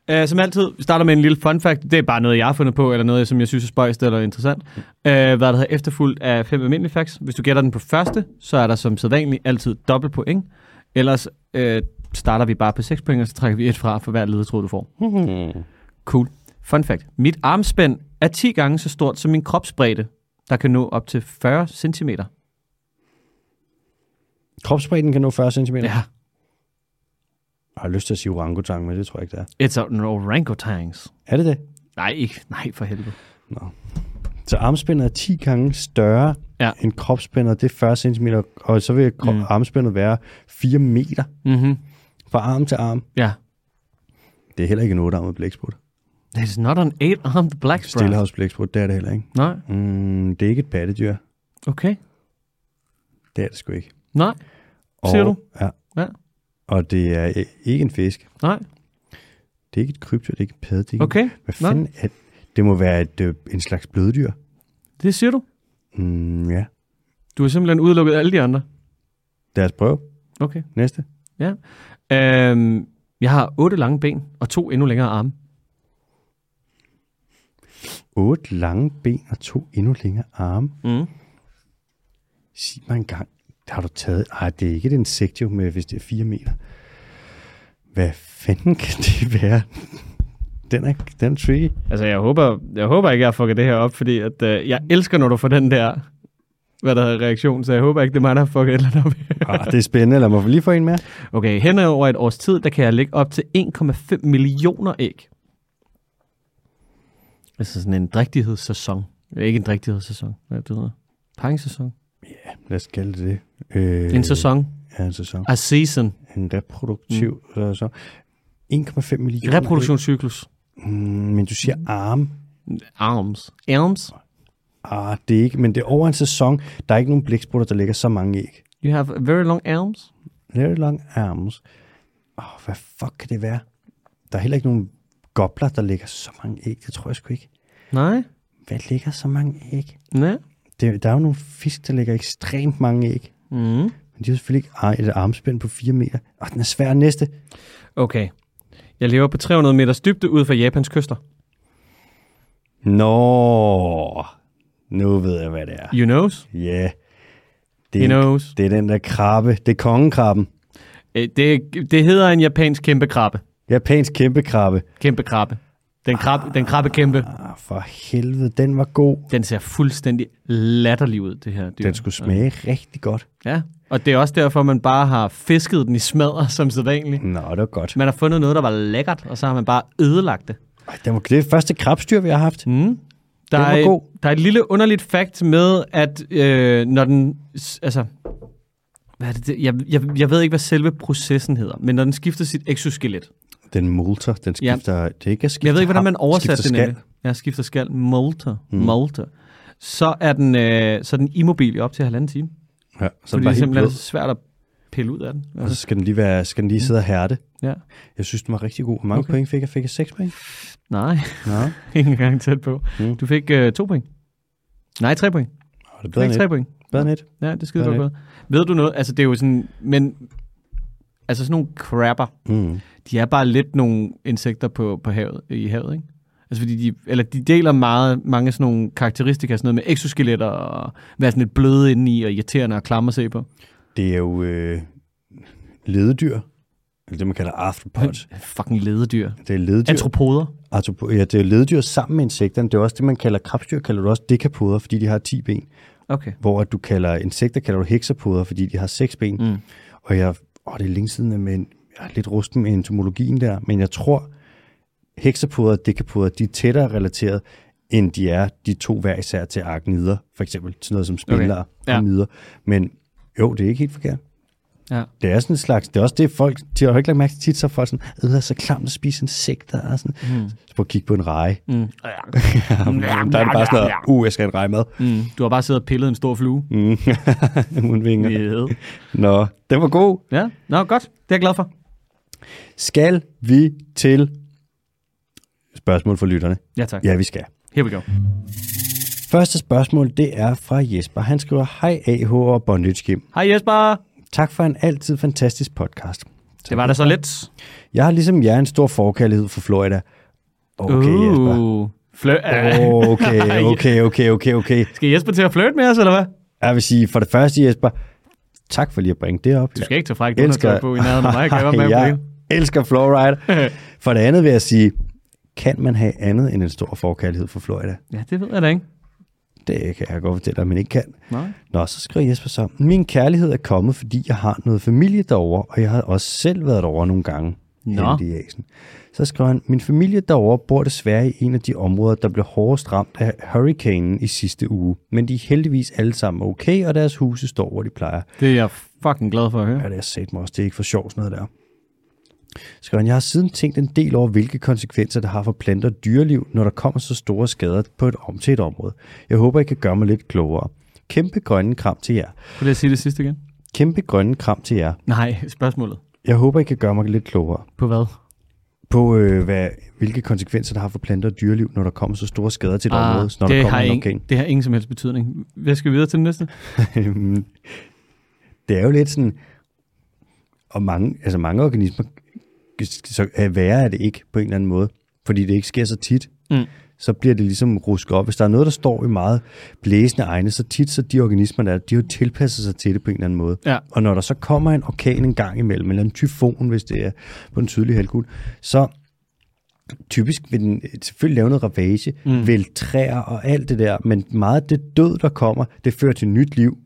Ja. Uh, som altid, vi starter med en lille fun fact. Det er bare noget, jeg har fundet på, eller noget, som jeg synes er spøjst eller interessant. Uh, hvad der hedder efterfulgt af fem almindelige facts. Hvis du gætter den på første, så er der som sædvanligt altid dobbelt point. Ellers uh, starter vi bare på 6 point, og så trækker vi et fra for hver ledetråd, du får. Cool. Fun fact. Mit armspænd er 10 gange så stort som min kropsbredde, der kan nå op til 40 cm. Kropsbredden kan nå 40 cm. Ja. Ja, Jeg har lyst til at sige orangutang, men det tror jeg ikke, det er. it's an orangutans. Er det det? Nej, ikke. Nej, for helvede. Så armspændet er 10 gange større Ja. ja. end kropsspændet. Det er 40 cm, og så vil krop- mm. armspændet være 4 meter Mhm. fra arm til arm. Ja. Det er heller ikke en 8-armet blæksprut. That is not an eight-armed black sprat. Stillehavsblæksprut, det er det heller ikke. Nej, Mm, det er ikke et pattedyr. okay. Det er det sgu ikke. Nej, Siger du? Ja. Ja. Og det er øh, ikke en fisk. nej, Det er ikke et krybdyr, det er ikke en padde. Det er ikke okay. Hvad Nå. fanden er det? må være et, øh, en slags bløddyr. Det siger du. Mm, ja. Du har simpelthen udelukket alle de andre. Lad os prøve. Okay. Næste. Ja. Øhm, jeg har otte lange ben og to endnu længere arme. Otte lange ben og to endnu længere arme. Mm. Sig mig engang, har du taget... Ej, det er ikke et insekt jo, med, hvis det er 4 meter. Hvad fanden kan det være? Den er, den er tricky. Altså, jeg håber, jeg håber ikke, jeg har fucket det her op, fordi at, øh, jeg elsker, når du får den der hvad der hedder, reaktion, så jeg håber ikke, det er mig, der har fucket et eller andet op. Ah, det er spændende. Lad mig lige få en mere. okay, hen over et års tid, der kan jeg lægge op til 1,5 millioner æg. Altså sådan en drægtighedssæson. Ikke en drægtighedssæson, hvad det hedder. Paringssæson. Lad os kalde det det. Øh, En sæson. Ja, en sæson. A season. En reproduktiv mm. sæson. 1,5 millioner. Reproduktionscyklus. Mm, men du siger arme. Arms. Arms. Ah, det er ikke, men det er over en sæson. Der er ikke nogen blæksprutter, der lægger så mange æg. You have very long arms. Very long arms. Oh, hvad fuck kan det være? Der er heller ikke nogen gobler, der lægger så mange æg. Det tror jeg sgu ikke. Nej. Hvad lægger så mange æg? Nej. Det, der er jo nogle fisk, der lægger ekstremt mange æg. Mm. Men de har selvfølgelig ikke ar- et armspænd på 4 meter. Og oh, den er svær næste. Okay. Jeg lever på 300 meters dybde ud fra Japans kyster. Nå, nu ved jeg, hvad det er. You knows? Ja, yeah. det, He er- knows. det er den der krabbe. Det er kongekrabben. Øh, Det, det hedder en japansk kæmpe krabbe. Japansk kæmpe krabbe. Kæmpe krabbe. Den krabbe, den krabbe kæmpe. Ah, for helvede, den var god. Den ser fuldstændig latterlig ud, det her dyr. Den skulle smage ja. rigtig godt. Ja, og det er også derfor, man bare har fisket den i smadre, som sædvanligt. Nå, det var godt. Man har fundet noget, der var lækkert, og så har man bare ødelagt det. Ej, det, var, det er første krabstyr, vi har haft. Mm. Der, Den var er, god. der er et lille underligt fakt med, at øh, når den... s- Altså, hvad er det, det? Jeg, jeg, jeg ved ikke, hvad selve processen hedder, men når den skifter sit exoskelet. Den molter, den Ja. skifter... Ja. Det er ikke at skifte Jeg ved ikke, hvordan ham, man oversætter skifter det. skal. nemlig. Ja, skifter skal. Molter. Mm. Molter. Så er den, øh, så er den immobil i op til halvanden time. Ja, så den fordi det bare er helt simpelthen blød. er svært at pille ud af den. Og så Altså, skal den lige, være, skal den lige sidde og hærde. ja. Jeg synes, den var rigtig god. Hvor mange Okay. okay. point fik jeg? Fik jeg 6 point? Nej, [laughs] Nå, ikke engang tæt på. Mm. Du fik øh, to point. Nej, tre point. og det er Du bedre fik end tre et. point. Bedre end et. Ja, det er skide Hvad godt er gået. Ved du noget? Altså, det er jo sådan... Men... Altså, sådan nogle crapper, Mm. de er bare lidt nogle insekter på, på havet, i havet, ikke? Altså, fordi de, eller de deler meget, mange sådan nogle karakteristika, sådan noget med exoskeletter og være sådan lidt bløde indeni og irriterende og klamme at se på. Det er jo øh, lededyr. Eller det, man kalder arthropods. Fucking lededyr. Det er lededyr. Antropoder. Arthropo- ja, det er lededyr sammen med insekterne. Det er også det, man kalder krabstyr, kalder du også dekapoder, fordi de har 10 ben. Okay. hvor at du kalder insekter, kalder du heksapoder, fordi de har seks ben. Mm. Mm. Og jeg, åh, det er længe siden, men jeg er lidt rusten med entomologien der, men jeg tror, heksapoder og dekapoder, de er tættere relateret end de er de to hver især til arknider, for eksempel til noget som spillere okay. Ja. og mider. Men jo, det er ikke helt forkert. Ja. Det er sådan en slags, det er også det folk, de har jo ikke lagt mærke til tit, så er folk sådan, øh, det er så klamt at spise insekter, og sådan, mm. så prøv at kigge på en reje. [laughs] Mm. der er det bare sådan noget, uh, jeg skal have en [laughs] rejemad. Mm, du har bare siddet og pillet en stor flue. Mm. Mm. Mundvinger. Yeah. Nå, den var god. Ja, nå godt. Det er jeg glad for. Skal vi til spørgsmål for lytterne? Ja tak. Ja, vi skal. Here we go. Første spørgsmål, det er fra Jesper. Han skriver, hej AH og Bondage Gym. Hej Jesper. Tak for en altid fantastisk podcast. Det var da så lidt. Jeg har ligesom jer en stor forkærlighed for Florida. Okay, uh. Jesper. Flø- uh. [laughs] Okay, okay, okay, okay, okay. Skal Jesper til at flirte med os, eller hvad? Jeg vil sige, for det første, Jesper, tak for lige at bringe det op. Du skal ikke tage frækt undertøj på i nærheden af mig. Kan jeg [laughs] godt mærke på jeg det? elsker [laughs] Florida. For det andet vil jeg sige, kan man have andet end en stor forkærlighed for Florida? Ja, det ved jeg da ikke. Det kan jeg godt fortælle dig, man ikke kan. Nej. Nå, så skriver Jesper så, min kærlighed er kommet, fordi jeg har noget familie derovre, og jeg har også selv været derovre nogle gange. Nå. Henrik Eriksen. Så skriver han, min familie derovre bor desværre i en af de områder, der blev hårdest ramt af hurricanen i sidste uge. Men de er heldigvis alle sammen okay, og deres huse står, hvor de plejer. Det er jeg fucking glad for at høre. Ja, det er sat mig også. Det er ikke for sjovt, sådan noget der. Skriver han, jeg har siden tænkt en del over, hvilke konsekvenser det har for planter og dyreliv, når der kommer så store skader på et om til et område. Jeg håber, I kan gøre mig lidt klogere. Kæmpe grønne kram til jer. Kunne jeg sige det sidste igen? Kæmpe grønne kram til jer. Nej, spørgsmålet. Jeg håber, I kan gøre mig lidt klogere På hvad? på, øh, hvad, hvilke konsekvenser det har for planter og dyreliv, når der kommer så store skader til et ah, område, når der det, kommer har en ingen, orkan. det har ingen som helst betydning. Hvad skal vi videre til den næste? det er jo lidt sådan, og mange, altså mange organismer, så er værre er det ikke på en eller anden måde, fordi det ikke sker så tit. Mm. Så bliver det ligesom rusket op. Hvis der er noget, der står i meget blæsende egne, så tit så de organismer, der er, de har jo tilpasset sig til det på en eller anden måde. Ja. Og når der så kommer en orkan en gang imellem, eller en tyfon, hvis det er på den sydlige halvkugle, så typisk vil den selvfølgelig lave noget ravage, mm. vel træer og alt det der, men meget af det død, der kommer, det fører til nyt liv.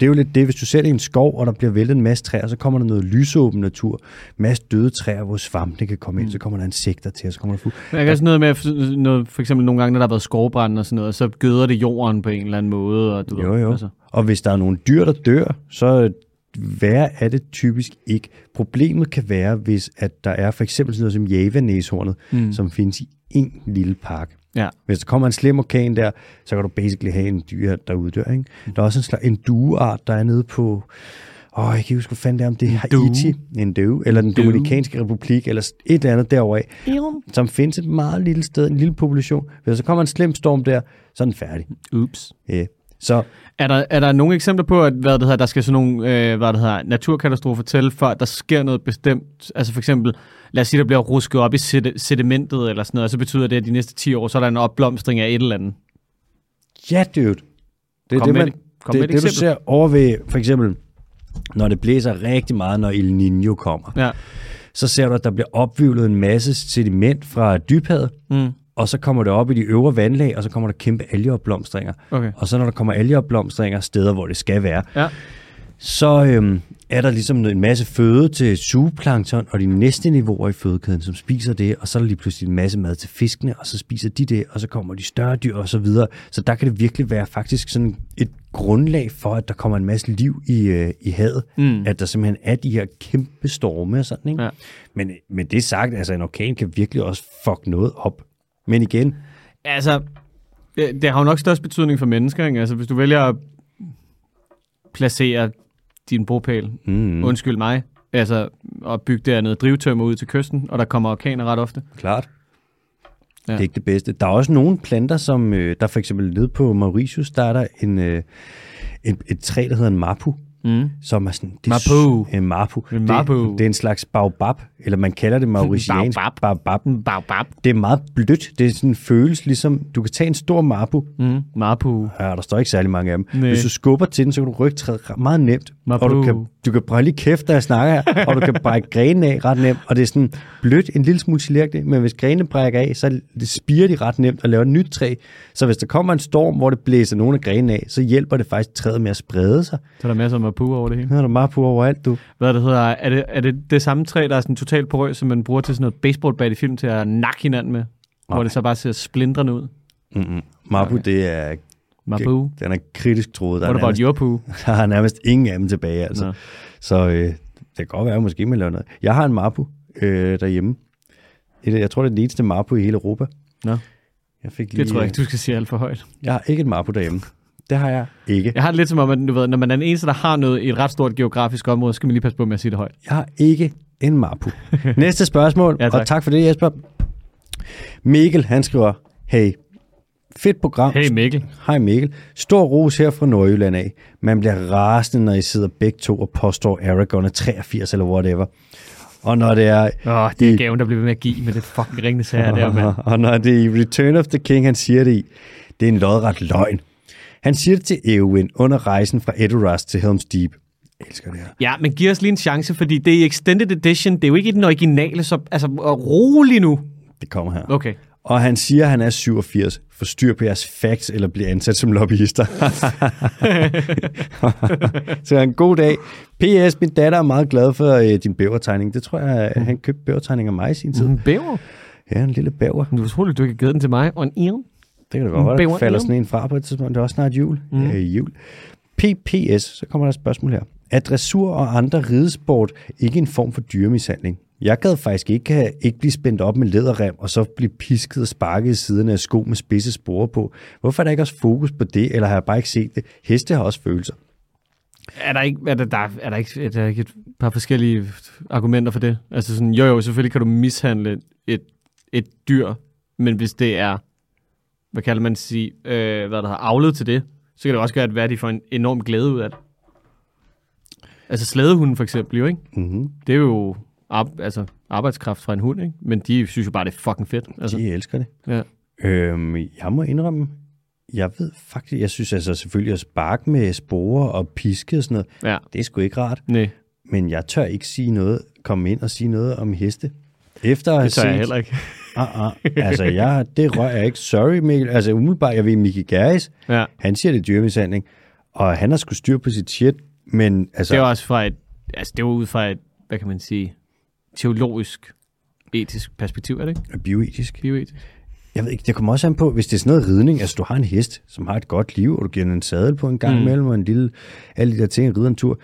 Det er jo lidt det, hvis du sætter i en skov, og der bliver væltet en masse træer, så kommer der noget lysåben natur, masse døde træer, hvor svampene kan komme ind, så kommer der insekter til, og så kommer der fugle. Jeg kan også noget med, at f- noget, for eksempel nogle gange, når der har været skovbrand og sådan noget, så gøder det jorden på en eller anden måde. Og du Jo, ved, jo. Altså, Og hvis der er nogle dyr, der dør, så hvad er det typisk ikke. Problemet kan være, hvis at der er for eksempel sådan noget som javanæshornet, mm. som findes i en lille park. ja. Hvis der kommer en slem orkan der, så kan du basically have en dyr, der uddør. Ikke? Der er også en, slags, en dueart, der er nede på... Åh, jeg kan ikke huske, hvad fanden det er, om det er due. Haiti, en døve, eller den due. Dominikanske Republik, eller et eller andet derovre, som findes et meget lille sted, en lille population. Hvis der så kommer en slem storm der, så er den færdig. Ups. Yeah. Så Er der, er der nogle eksempler på, at hvad det hedder, der skal sådan nogle øh, hvad det hedder, naturkatastrofer til, før der sker noget bestemt? Altså for eksempel, lad os sige, der bliver rusket op i sed- sedimentet eller sådan noget, og så betyder det, at de næste 10 år, så er der en opblomstring af et eller andet. ja, dude. Det er Kom det, med man, et- kom det, med et det, det, du eksempel. ser over ved, for eksempel, når det blæser rigtig meget, når El Niño kommer. Ja. så ser du, at der bliver opvivlet en masse sediment fra dybhavet, mm. og så kommer det op i de øvre vandlag, og så kommer der kæmpe algeopblomstringer. Okay. Og så når der kommer algeopblomstringer steder, hvor det skal være, Ja. så øhm, er der ligesom en masse føde til sugeplankton og de næste niveauer i fødekæden, som spiser det, og så er der lige pludselig en masse mad til fiskene, og så spiser de det, og så kommer de større dyr og så videre. Så der kan det virkelig være faktisk sådan et grundlag for, at der kommer en masse liv i, øh, i havet, mm. at der simpelthen er de her kæmpe storme og sådan, ikke? Ja. Men med det sagt, altså en orkan kan virkelig også fuck noget op. Men igen, Altså, det, det har jo nok størst betydning for mennesker, ikke? Altså, hvis du vælger at placere din bropæl, mm. undskyld mig, altså at bygge dernede drivtømmer ud til kysten, og der kommer orkaner ret ofte. Klart. Ja. Ja. Det er ikke det bedste. Der er også nogle planter, som øh, der for eksempel nede på Mauritius, der er der en, øh, en, et træ, der hedder en mapu. Mm. Som er sådan, det Mapu. Er, en mapu. En mapu. Det, det er en slags baobab, eller man kalder [laughs] det mauritiansk Baobab. baobab. Babab. Det er meget blødt. Det er sådan en følelse, ligesom du kan tage en stor mapu. Mm. Mapu. Ja, der står ikke særlig mange af dem. Næ. Nej. Hvis du skubber til den, så kan du rykke træet ret- meget nemt. Mapu. Og du kan, du kan brække lige kæft, da jeg snakker her, og du kan brække grenen af ret nemt. Og det er sådan blødt, en lille smule gelærkende, men hvis grenene brækker af, så det spiger de ret nemt og laver et nyt træ. Så hvis der kommer en storm, hvor det blæser nogle af grenene af, så hjælper det faktisk træet med at sprede sig. Så er der masser af mapu over det hele. Nu er der mapu overalt, du. Hvad det hedder, er det, er det det samme træ, der er sådan totalt porøs, som man bruger til sådan noget baseballbat i film til at nakke hinanden med? Hvor det så bare ser splindrende ud. Mm-mm. Mapu, okay. Okay. det er, Mabu? den er kritisk troet. Der er, What about nærmest, your [laughs] poo? [laughs] der er nærmest ingen af dem tilbage. Altså. Nå. Så øh, det kan godt være, at måske man laver noget. Jeg har en Mapu øh, derhjemme. Et, jeg tror, det er den eneste Mapu i hele Europa. Nå. Jeg fik lige, Det tror jeg ikke, du skal sige alt for højt. Jeg har ikke et Mapu [laughs] derhjemme. Det har jeg ikke. Jeg har det lidt som om, at du ved, når man er den eneste, der har noget i et ret stort geografisk område, så skal man lige passe på med at sige det højt. Jeg har ikke en [laughs] Mapu. Næste spørgsmål, Ja, ja, tak. tak. og tak for det, Jesper. Mikkel, han skriver, hey, fedt program. Hey Mikkel. Hej Mikkel. Stor ros her fra Nordjylland af. Man bliver rasende, når I sidder begge to og påstår Aragon er 83 eller whatever. Og når det er... Åh, oh, det er I- gaven, der bliver ved med at give med det fucking ringende sager der, [laughs] mand. og når det er i Return of the King, han siger det i, det er en lodret løgn. Han siger det til Eowyn under rejsen fra Edoras til Helm's Deep. Jeg elsker det her. Ja, men giv os lige en chance, fordi det er i Extended Edition. Det er jo ikke i den originale, så altså, og rolig nu. Det kommer her. Okay. Og han siger, at han er 87. Forstyr på jeres facts, eller bliver ansat som lobbyister. [laughs] så en god dag. P.S. Min datter er meget glad for øh, din bævertegning. Det tror jeg, at han købte bævertegning af mig i sin tid. En bæver? Ja, en lille bæver. Du er troligt, du ikke har givet den til mig. Og en iron. Det kan da godt være, Bæver, der falder ja. sådan en fra på et tidspunkt. Det er også snart jul. Mm. Øh, jul. PPS, så kommer der et spørgsmål her. Er dressur og andre ridesport ikke en form for dyremishandling? Jeg gad faktisk ikke, have, ikke blive spændt op med læderrem, og så blive pisket og sparket i siderne af sko med spidse sporer på. Hvorfor er der ikke også fokus på det, eller har jeg bare ikke set det? Heste har også følelser. Er der ikke, er der, der, er der ikke, er der ikke et par forskellige argumenter for det? Altså sådan, jo jo, selvfølgelig kan du mishandle et, et dyr, men hvis det er, hvad kalder man sige, øh, hvad der har avlet til det, så kan det også gøre, at hvad de får en enorm glæde ud af det. Altså slædehunden for eksempel jo, ikke? Mm-hmm. Det er jo ar- altså, arbejdskraft fra en hund, ikke? Men de synes jo bare, det er fucking fedt. Altså, De elsker det. ja. Øhm, jeg må indrømme, jeg ved faktisk, jeg synes altså selvfølgelig at sparke med sporer og piske og sådan noget, ja. det er sgu ikke rart. Nej, men jeg tør ikke sige noget, komme ind og sige noget om heste. Efter at have det tør set, jeg heller ikke. Ah, ah, altså, jeg, det rører jeg ikke. Sorry, Mikkel. Altså, umiddelbart, jeg ved, Miki Gerris, Ja. han siger, det er dyremishandling, og han har skulle styr på sit shit, men altså, Det det var var... også fra et, altså det var ud fra et, hvad kan man sige, teologisk, etisk perspektiv, er det ikke? bioetisk. Bioetisk. Jeg ved ikke, det kommer også an på, hvis det er sådan noget ridning, altså du har en hest, som har et godt liv, og du giver den en sadel på en gang mm. imellem, og en lille, alle de der ting, rider en tur.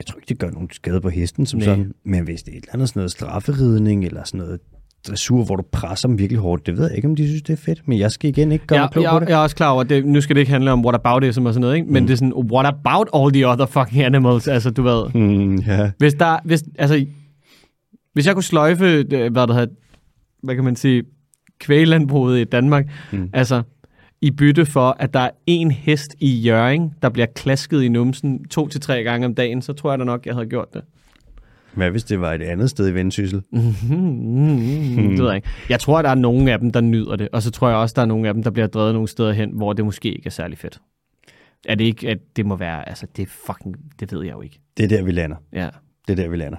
Jeg tror ikke, det gør nogen skade på hesten som Nej. Nej. sådan, men hvis det er et eller andet sådan noget strafferidning, eller sådan noget dressur, hvor du presser dem virkelig hårdt, det ved jeg ikke, om de synes, det er fedt, men jeg skal igen ikke gøre ja, Jeg, mig klog på jeg, det. jeg er også klar over, at det, nu skal det ikke handle om what about det, som og sådan noget, ikke? men mm. det er sådan, what about all the other fucking animals, altså du ved. Mm, ja. Hvis der, hvis, altså, hvis jeg kunne sløjfe, øh, hvad der hedder, hvad kan man sige, kvælandbruget i Danmark, mm. altså i bytte for, at der er en hest i Jøring, der bliver klasket i numsen to til tre gange om dagen, så tror jeg da nok, jeg havde gjort det. Hvad hvis det var et andet sted i vendsyssel? Mm. Det ved jeg ikke. Jeg tror, der er nogen af dem, der nyder det, og så tror jeg også, der er nogen af dem, der bliver drevet nogle steder hen, hvor det måske ikke er særlig fedt. Er det ikke, at det må være, altså det er fucking, det ved jeg jo ikke. Det er der, vi lander. Ja. Det er der, vi lander.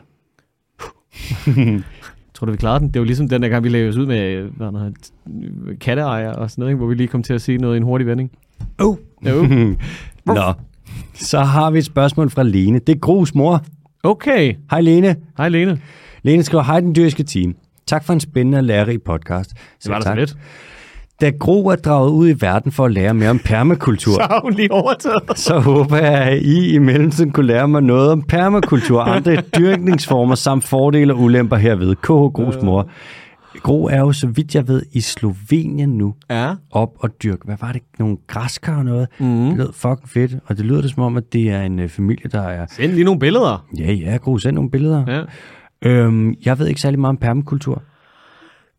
Tror du, vi klarede den? Det var ligesom den der gang, vi lavede os ud med øh, hvad der hedder, øh, katteejer og sådan noget, ikke? hvor vi lige kom til at sige noget i en hurtig vending. Oh. Jo. [laughs] Nå, så har vi et spørgsmål fra Lene. Det er Grus mor. Okay. Hej Lene. Hej Lene. Lene skriver, hej den dyriske team. Tak for en spændende og lærerig podcast. Det var da så tak. lidt. Da Gro er draget ud i verden for at lære mere om [laughs] permakultur, har hun lige overtaget. så håber jeg, at I i mellemtiden kunne lære mig noget om permakultur, [laughs] andre dyrkningsformer samt fordele og ulemper herved. KH Gros mor. Øh. Gro er jo, så vidt jeg ved, i Slovenien nu Ja. op og dyrke, hvad var det, nogle græskar og noget. Mhm. Mm. Det lød fucking fedt, og det lyder det som om, at det er en øh, familie, der er... Send lige nogle billeder. Ja, ja, Gro, send nogle billeder. Ja. Øhm, jeg ved ikke særlig meget om permakultur.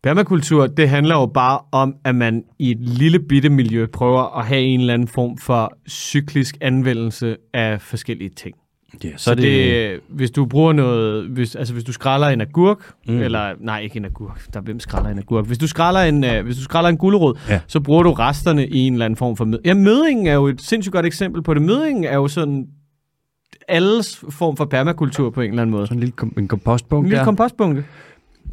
Permakultur, det handler jo bare om, at man i et lille bitte miljø prøver at have en eller anden form for cyklisk anvendelse af forskellige ting. Ja, så, Så det, øh, hvis du bruger noget, hvis, altså hvis du skræller en agurk, mm. eller nej, ikke en agurk, der hvem skræller en agurk? Hvis du skræller en, øh, hvis du skræller en gulerod, ja. Ja. så bruger du resterne i en eller anden form for mød. Ja, mødingen er jo et sindssygt godt eksempel på det. Mødingen er jo sådan alles form for permakultur på en eller anden måde. Sådan en lille kom- en kompostbunke. En lille der. kompostbunke.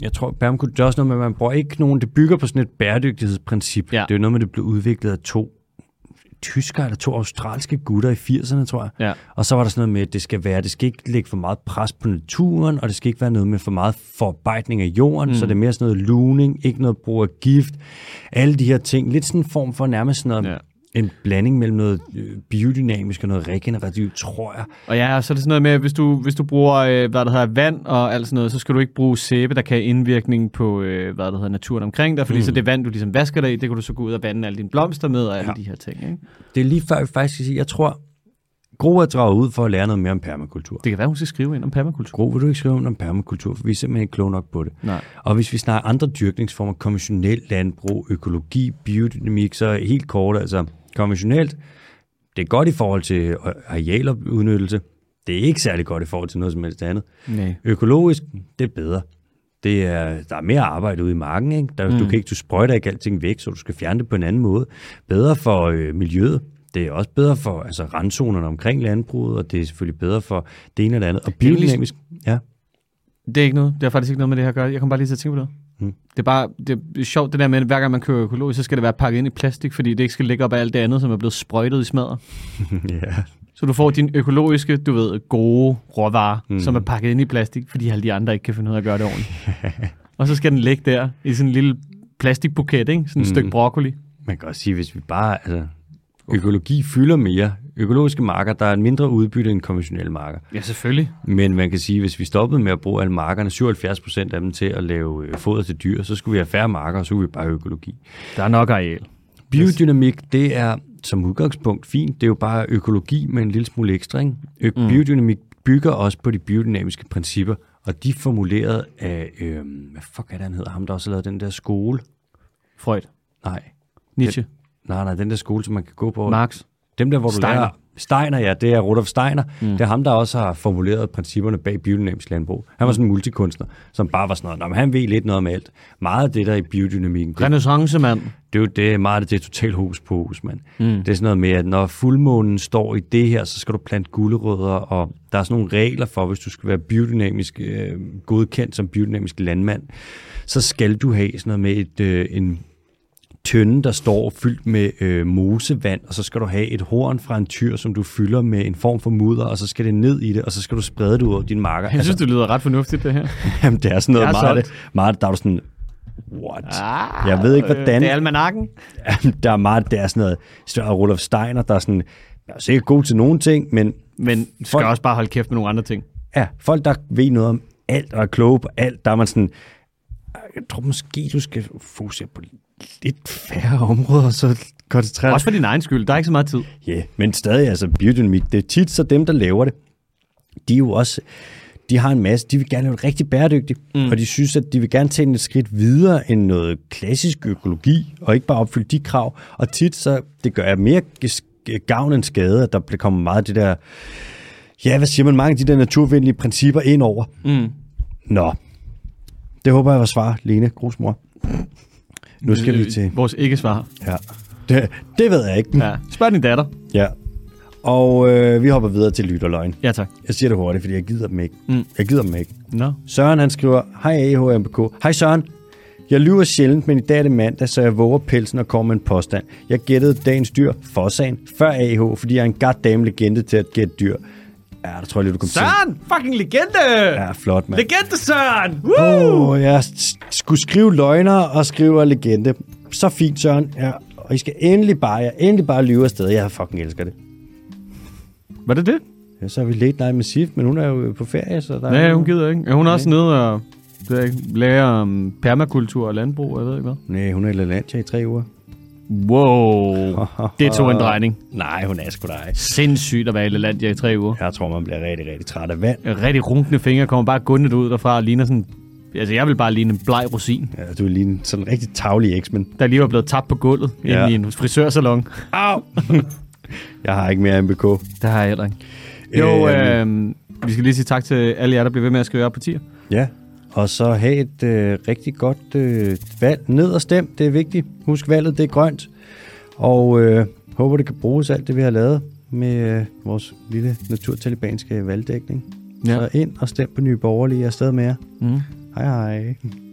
jeg tror, permakultur er også noget med, at man bruger ikke nogen... Det bygger på sådan et bæredygtighedsprincip. Ja. Det er jo noget med, at det blev udviklet af to tyskere eller to australske gutter i 80'erne, tror jeg. Ja. Og så var der sådan noget med, at det skal være, det skal ikke lægge for meget pres på naturen, og det skal ikke være noget med for meget forarbejdning af jorden, mm. så det er mere sådan noget luning, ikke noget brug af gift, alle de her ting. Lidt sådan en form for nærmest sådan noget, ja. en blanding mellem noget øh, biodynamisk og noget regenerativt, tror jeg. Og ja, så er det sådan noget med, at hvis du, hvis du bruger, øh, hvad der hedder, vand og alt sådan noget, så skal du ikke bruge sæbe, der kan have indvirkning på, øh, hvad der hedder, naturen omkring dig, fordi mm. så det vand, du ligesom vasker dig i, det kan du så gå ud og vande alle dine blomster med og alle ja. de her ting. Ikke? Det er lige før, jeg faktisk skal sige, jeg tror, Gro er draget ud for at lære noget mere om permakultur. Det kan være, hun skal skrive ind om permakultur. Gro, vil du ikke skrive om permakultur, for vi er simpelthen ikke kloge nok på det. Nej. Og hvis vi snakker andre dyrkningsformer, konventionel landbrug, økologi, biodynamik, så helt kort, altså konventionelt, det er godt i forhold til arealudnyttelse. Det er ikke særlig godt i forhold til noget som helst andet. Nej. Økologisk, det er bedre. Det er, der er mere arbejde ude i marken. Ikke? Der, mm. Du kan ikke, du sprøjter ikke alting væk, så du skal fjerne det på en anden måde. Bedre for øh, miljøet. Det er også bedre for altså, randzonerne omkring landbruget, og det er selvfølgelig bedre for det ene og det andet. Og er jo biodynamisk, ja. Det er ikke noget. Det har faktisk ikke noget med det her at gøre. Jeg kom bare lige til at tænke på det. Mm. Mm. Det er bare det er sjovt, det der med, at hver gang man kører økologisk, så skal det være pakket ind i plastik, fordi det ikke skal ligge op af alt det andet, som er blevet sprøjtet i smadder. [laughs] ja. Så du får din økologiske, du ved, gode råvarer, mm. som er pakket ind i plastik, fordi alle de andre ikke kan finde ud af at gøre det ordentligt. og så skal den ligge der i sådan en lille plastikbuket, ikke? Sådan et mm. stykke broccoli. Man kan også sige, hvis vi bare, altså, økologi fylder mere. Økologiske marker, der er en mindre udbytte end konventionelle marker. Ja, selvfølgelig. Men man kan sige, hvis vi stoppede med at bruge alle markerne, 77 procent af dem til at lave øh, foder til dyr, så skulle vi have færre marker, og så kunne vi bare have økologi. Der er nok areal. Biodynamik, det er som udgangspunkt fint. Det er jo bare økologi med en lille smule ekstra. Ikke? Ø- mm. Biodynamik bygger også på de biodynamiske principper, og de er formuleret af, øh, hvad fuck er det, han hedder? Ham, der også har lavet den der skole? Freud. Nej. Nietzsche. Nej, nej, den der skole, som man kan gå på. Marx. Dem der, hvor du Steiner. lærer... Steiner, ja, det er Rudolf Steiner. Mm. Det er ham, der også har formuleret principperne bag biodynamisk landbrug. Han var sådan en multikunstner, som bare var sådan noget, "Nå, men han ved lidt noget om alt. Meget af det der i biodynamikken, det, Renaissance, mand. det er jo det, meget af det er totalt hus på hus, mand. Mm. Det er sådan noget med, at når fuldmånen står i det her, så skal du plante gulerødder, og der er sådan nogle regler for, hvis du skal være biodynamisk øh, godkendt som biodynamisk landmand, så skal du have sådan noget med et, øh, en tønde, der står fyldt med øh, mosevand, og så skal du have et horn fra en tyr, som du fylder med en form for mudder, og så skal det ned i det, og så skal du sprede det ud over dine marker. Jeg synes, det lyder ret fornuftigt, det her. Jamen, det er sådan noget Jeg er meget, af det, meget, af det, der er du sådan, what? Ah, jeg ved ikke, hvordan. Det er almanakken. Jamen, der er meget, der er sådan noget større Rudolf Steiner, der er sådan, jeg er sikkert god til nogle ting, men Men du skal Folk- også bare holde kæft med nogle andre ting. ja, folk, der ved noget om alt og er kloge på alt, der er man sådan, jeg tror måske, du skal fokusere på lidt færre områder, og så koncentrere dig Også for din egen skyld. Der er ikke så meget tid. Ja, yeah, men stadig altså biodynamik. Det er tit så dem, der laver det, de er jo også, de har en masse, de vil gerne lave det rigtig bæredygtigt, mm. og de synes, at de vil gerne tage den et skridt videre end noget klassisk økologi, og ikke bare opfylde de krav. Og tit så, det gør jeg mere ges- gavn end skade, at der bliver- kommer meget af det der, ja, hvad siger man, mange af de der naturvenlige principper ind over. Mm. Nå, det håber jeg var svar, Lene Grusmor. Nu skal vi til, Øh, Vores ikke-svar. ja, det, det ved jeg ikke. Ja. Spørg din datter. Ja. Og øh, vi hopper videre til lytterløgn. Ja, tak. Jeg siger det hurtigt, fordi jeg gider dem ikke. Mm. Jeg gider dem ikke. Nå. Søren han skriver, Hej AHMBK. Hej Søren. Jeg lyver sjældent, men i dag er det mandag, så jeg våger pelsen og kommer med en påstand. Jeg gættede dagens dyr, Fossan, før AH, fordi jeg er en goddamn legende til at gætte dyr. Ja, der tror jeg lige, du kom til. Søren! Fucking legende! Ja, flot, mand. Legende, Søren! Åh, oh, jeg s- skulle skrive løgner og skriver legende. Så fint, Søren. Ja, og I skal endelig bare, jeg endelig bare lyve afsted. Jeg fucking elsker det. Var det det? Ja, så har vi Late Night med Sif, men hun er jo på ferie, så der Nej, er hun gider ikke. Ja, Hun er også nede og det ved jeg ikke, lærer om permakultur og landbrug, jeg ved ikke hvad. Nej, hun er i Lalandia i tre uger. Wow, det tog en drejning. Nej, hun er sgu da ej. Sindssygt at være i Lalandia i tre uger. Jeg tror, man bliver rigtig, rigtig træt af vand. Rigtig runkende fingre kommer bare gundet ud derfra og ligner sådan... Altså, jeg vil bare ligne en bleg rosin, Ja, du er lige en sådan rigtig tavlig eks, men... der lige var blevet tabt på gulvet Ja. ja. inde i en frisørsalon. Au! [laughs] jeg har ikke mere MBK. Det har jeg heller ikke. Jo, øh, vi skal lige sige tak til alle jer, der bliver ved med at skrive op på tier. Ja, og så have et øh, rigtig godt øh, valg. Ned og stem, det er vigtigt. Husk, valget det er grønt. Og øh, håber, det kan bruges alt det, vi har lavet med øh, vores lille naturtalibanske valgdækning. Ja. Ja. Så ind og stem på Nye Borgerlige. Jeg er stadig med jer. Mm. Hej hej.